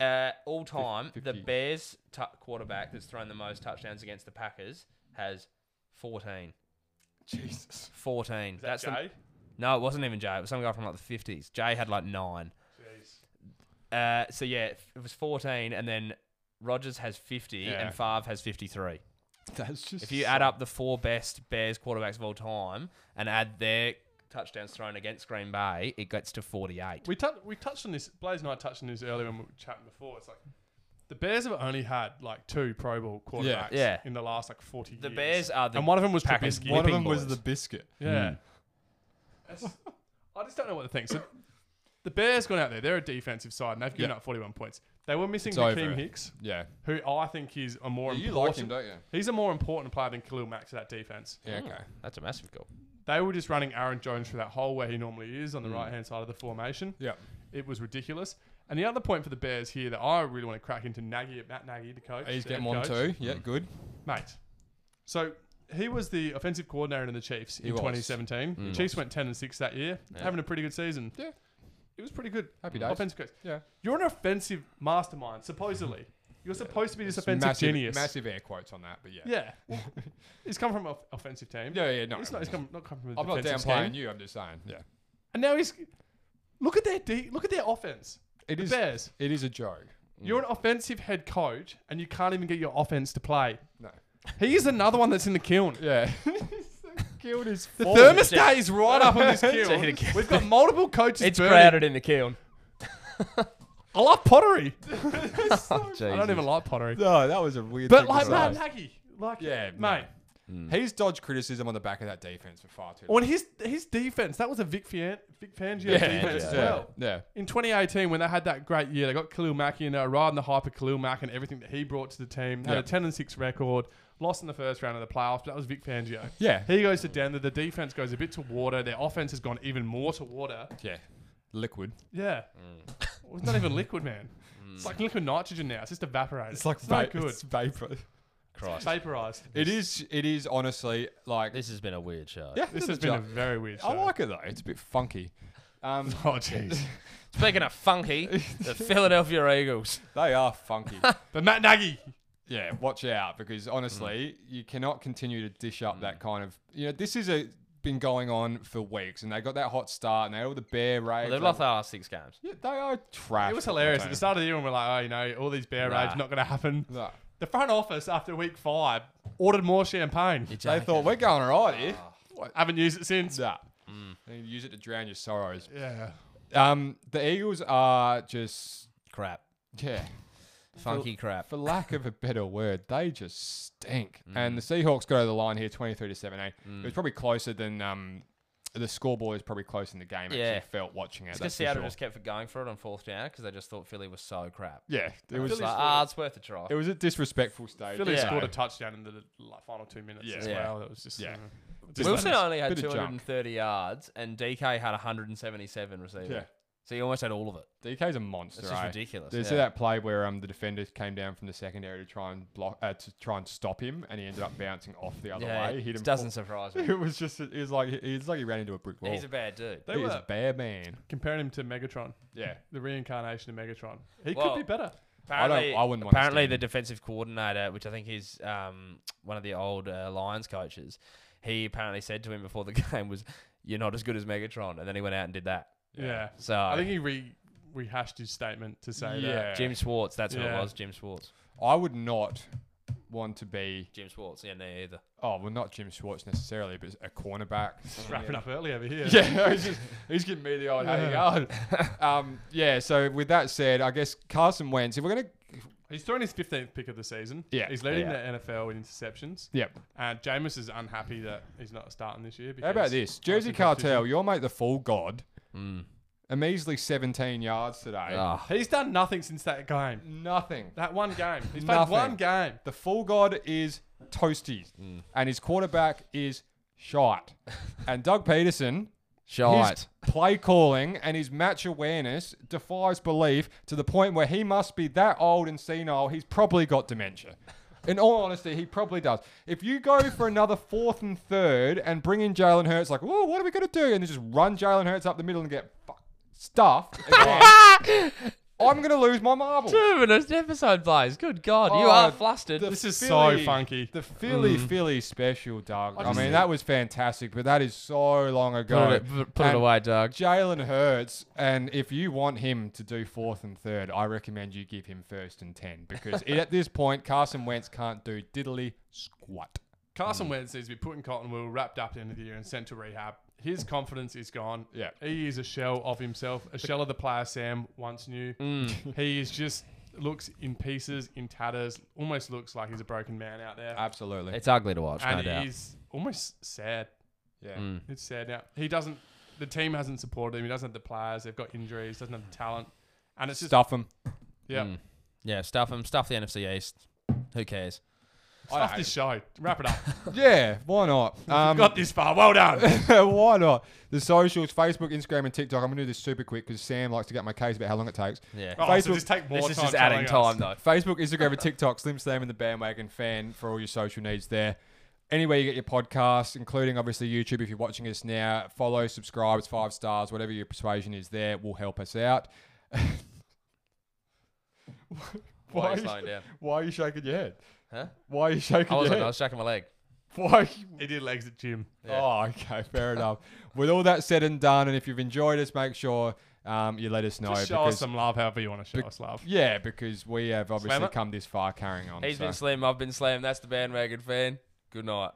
S2: Uh, all time, the
S1: 50.
S2: Bears tu quarterback that's thrown the most touchdowns against the Packers has 14. *laughs*
S1: Jesus.
S2: 14.
S3: Is that
S2: that's the-
S3: Jay?
S2: no, it wasn't even Jay. It was some guy from like the 50s. Jay had like nine.
S3: Jeez.
S2: Uh, so yeah, it was 14, and then Rogers has 50,
S1: Yeah.
S2: and Favre has 53.
S1: That's just.
S2: If you add up the four best Bears quarterbacks of all time and add their touchdowns thrown against Green Bay, it gets to 48.
S3: We, tou- we touched on this. Blaze and I touched on this earlier when we were chatting before. It's like the Bears have only had like two Pro Bowl quarterbacks
S2: Yeah.
S3: in the last like forty
S2: The
S3: years.
S2: Bears are the Hmm.
S3: and one of them was
S2: Packers one
S3: Trubisky.
S1: One of
S2: of Whipping
S1: them
S2: them was
S1: was
S2: boys.
S1: the
S2: the
S1: biscuit.
S3: Yeah. *laughs* That's- I just don't know what to think. So the Bears gone out there. They're a defensive side and they've given
S1: Yeah.
S3: up 41 points. They were missing
S1: It's over.
S3: Raheem Hicks,
S1: Yeah.
S3: who I think is a more
S1: you like him,
S3: important.
S1: don't you?
S3: he's a more important player than Khalil Mack to that defense.
S1: Yeah,
S2: Mm.
S1: okay.
S2: That's a massive goal.
S3: They were just running Aaron Jones through that hole where he normally is on
S2: Mm.
S3: the right hand side of the formation.
S1: Yeah.
S3: It was ridiculous. And the other point for the Bears here that I really want to crack into Nagy, Matt Nagy, the coach.
S1: He's
S3: the
S1: getting
S3: head
S1: one
S3: coach.
S1: too.
S2: Mm.
S1: Yeah, good.
S3: Mate. So he was the offensive coordinator in the Chiefs
S1: He
S3: in
S1: was. Mm.
S3: 2017. The Chiefs went 10 and 6 that year, having a pretty good season.
S1: Yeah.
S3: It was pretty good.
S1: Happy days.
S3: Offensive coach.
S1: Yeah.
S3: You're an offensive mastermind, supposedly. You're supposed to be this
S1: It's
S3: offensive
S1: massive,
S3: genius.
S1: Massive air quotes on that, but yeah.
S3: Yeah. Well, he's come from an offensive team.
S1: Yeah, yeah, no.
S3: It's not, he's come, not come from a
S1: I'm not
S3: defensive
S1: downplaying
S3: scheme.
S1: you. I'm just saying. Yeah.
S3: And now he's. Look at their D. Look at their offense.
S1: It
S3: the
S1: is.
S3: Bears.
S1: It is a joke.
S3: You're an offensive head coach, and you can't even get your offense to play.
S1: No.
S3: He is another one that's in the kiln.
S1: Yeah. Killed his.
S3: The
S1: form.
S3: thermostat is right
S1: *laughs*
S3: up on this
S2: Check it
S3: kiln.
S2: again.
S3: We've got multiple coaches.
S2: It's
S3: burning.
S2: crowded in the kiln.
S3: I
S1: *laughs*
S3: love pottery. I
S1: Oh,
S4: Jesus.
S3: don't even like pottery.
S1: No, that was a weird.
S3: But
S1: thing to
S3: like
S1: say.
S3: Matt Nagy, like
S1: Yeah,
S3: mate.
S1: He's dodged criticism on the back of that defense for far too long.
S3: On his his defense, that was a Vic, Fian- Vic Fangio defense
S1: yeah,
S3: as well.
S1: yeah.
S3: In 2018, when they had that great year, they got Khalil Mack in, they were riding the hype of Khalil Mack and everything that he brought to the team. They had a
S1: Yeah. 10
S3: 10 and 6 record, lost in the first round of the playoffs, but that was Vic Fangio.
S1: Yeah.
S3: He goes to Denver, the defense goes a bit to water, their offense has gone even more to water.
S1: Yeah. Liquid.
S3: Yeah.
S2: Mm.
S3: Well, it's not even liquid, man. It's like liquid nitrogen now, it's just evaporated. it's not good. It's
S1: vapor.
S2: Christ.
S3: vaporized.
S1: It is. It is honestly like.
S2: This has been a weird show.
S1: yeah,
S3: This has been a very weird show.
S1: I like it though. It's a bit funky. Um,
S3: Oh, jeez.
S2: Speaking
S1: *laughs*
S2: of funky, the Philadelphia Eagles.
S1: they are funky.
S3: but Matt Nagy.
S1: yeah, watch out because
S2: Mm.
S1: honestly, you cannot continue to dish up that kind of. You know, this is a been going on for weeks, and they got that hot start, and they had all the bear raids.
S2: They've lost their last six games.
S1: Yeah, they are trash.
S3: It was hilarious. At
S1: Okay.
S3: the start of the year, when we we're like, oh, you know, all these bear
S2: Nah.
S3: raids, not going to happen.
S1: No.
S3: The front office after week five ordered more champagne.
S1: They thought we're going all right here.
S3: Haven't used it since.
S1: Nah.
S2: Mm.
S1: And you use it to drown your sorrows.
S3: Yeah.
S1: Um, the Eagles are just
S2: crap.
S1: yeah,
S2: Funky crap.
S1: for lack of a better word, they just stink. And the
S2: Mm.
S1: Seahawks go to the line here, twenty-three to seven. eh? It was probably closer than um, the scoreboard is probably close in the game. Actually,
S2: Yeah.
S1: felt watching it.
S2: It's because
S1: that's for
S2: Seattle
S1: sure.
S2: just kept going for it on fourth down because they just thought Philly was so crap.
S1: yeah, it was
S2: It's like, ah, it's worth a try.
S1: it was a disrespectful stage.
S3: Philly
S1: Yeah.
S3: scored a touchdown in the like, final two minutes
S1: Yeah.
S3: as
S2: Yeah.
S3: well. That was just.
S1: Yeah.
S3: uh,
S1: Just
S2: Wilson
S1: like-
S2: only had
S1: bit of junk.
S2: 230 yards and DK had 177 receiving.
S1: Yeah.
S2: So he almost had all of it.
S1: DK's a monster.
S2: It's just
S1: eh?
S2: ridiculous,
S1: Did you see
S2: yeah.
S1: that play where um the defender came down from the secondary to try and block uh, to try and stop him, and he ended up bouncing off the other
S2: Yeah,
S1: way. Hit
S2: it
S1: him
S2: doesn't surprise me.
S1: *laughs* It was just. It was like it was like he ran into a brick wall.
S2: He's a bad dude.
S3: They
S1: He is
S3: were
S1: a bad man.
S3: comparing him to Megatron,
S1: Yeah.
S3: the reincarnation of Megatron. He
S2: Well,
S3: could be better.
S1: I
S2: Apparently,
S1: don't- I wouldn't wanna
S2: apparently
S1: stand
S2: the
S1: him.
S2: defensive coordinator, which I think is um, one of the old uh, Lions coaches, he apparently said to him before the *laughs* game was, "You're not as good as Megatron," and then he went out and did that.
S3: Yeah.
S2: So
S3: I think he re- rehashed his statement to say that.
S1: Yeah.
S2: Jim Schwartz, that's what it
S3: Yeah.
S2: was. Jim Schwartz.
S1: I would not want to be.
S2: Jim Schwartz. Yeah, no, either.
S1: Oh well, not Jim Schwartz necessarily, but a cornerback.
S3: Just wrapping up early over
S1: *laughs*
S3: here.
S1: Yeah, he's, just, he's giving me the old hang on. Um, yeah, so with that said, I guess Carson Wentz, if we're going to.
S3: He's throwing his 15th pick of the season.
S1: Yeah.
S3: He's leading
S2: Yeah.
S3: the NFL in interceptions.
S1: Yep.
S3: And Jameis is unhappy that he's not starting this year.
S1: How about
S3: because-
S1: this? Jersey
S3: Awesome competition.
S1: Cartel, your mate, the full god, a measly 17 yards today.
S2: Hmm. Ah.
S3: He's done nothing since that game.
S1: Nothing.
S3: That one game. He's played
S1: Nothing.
S3: one game.
S1: The full god is toasty, and his quarterback is shot. and Doug Peterson His
S2: Shite.
S1: play calling and his match awareness defies belief to the point where he must be that old and senile, he's probably got dementia. In all honesty, he probably does. If you go for another fourth and third and bring in Jalen Hurts, like, oh, what are we going to do? And then just run Jalen Hurts up the middle and get fuck, stuffed,
S3: *laughs*
S1: again, I'm going to lose my marbles.
S2: Two minutes episode plays. Good God, you
S1: Oh,
S2: are flustered.
S1: the
S3: This is so
S1: Philly-
S3: funky. Mm.
S1: The Philly Philly special, Doug. I,
S3: just-
S1: mean, that was fantastic, but that is so long ago.
S2: put it, put it
S1: And
S2: away, Doug.
S1: Jalen Hurts, and if you want him to do fourth and third, I recommend you give him first and ten because at this point, Carson Wentz can't do diddly squat. Mm.
S3: Carson Wentz needs to be put in cotton wool, wrapped up at the end of the year, and sent to rehab. His confidence is gone.
S1: Yeah.
S3: He is a shell of himself, a shell of the player Sam once knew. he is just looks in pieces, in tatters, almost looks like he's a broken man out there.
S1: Absolutely.
S2: *laughs* It's ugly to watch, Ah, no
S3: and
S2: doubt. Mm.
S3: he's almost sad.
S1: Yeah.
S3: It's sad now. He doesn't the team hasn't supported him, he doesn't have the players, they've got injuries, doesn't have the talent. And it's just
S1: Stuff
S3: *laughs*
S1: him.
S3: yeah.
S2: Mm. Yeah, stuff him. Stuff the NFC East. Who cares?
S1: I
S3: Stuff this show. Wrap
S2: *laughs*
S3: it up.
S1: Yeah, why
S3: *laughs*
S1: not? Um,
S3: Got this far. Well done.
S1: *laughs* why not? The socials, Facebook, Instagram, and TikTok. I'm going to do this super quick because Sam likes to get my case about how long it takes.
S2: Yeah.
S3: Oh, so
S1: Facebook-
S3: just take more
S2: this is
S3: time
S2: just adding
S3: telling *laughs* us.
S2: time, though.
S1: Facebook, Instagram, and TikTok. Slim Slam and the Bandwagon fan for all your social needs there. Anywhere you get your podcasts, including obviously YouTube, if you're watching us now, follow, subscribe, it's five stars, whatever your persuasion is there will help us out. *laughs*
S2: Why are
S1: *laughs* why,
S2: you slowing down?
S1: why are you shaking your head?
S2: Huh?
S1: Why are you shaking your
S2: I wasn't.
S1: head?
S2: I was shaking my leg.
S1: Why?
S3: He did legs at gym.
S2: Yeah.
S1: Oh, okay, fair enough. With all that said and done, and if you've enjoyed us, make sure um, you let us know.
S3: Just show
S1: because,
S3: us some love however you want to show
S1: Bec-
S3: us love.
S1: yeah, because we have obviously
S3: Slam it.
S1: come this far carrying on.
S2: He's
S1: so.
S2: been slim. I've been slim. That's the bandwagon fan. Good night.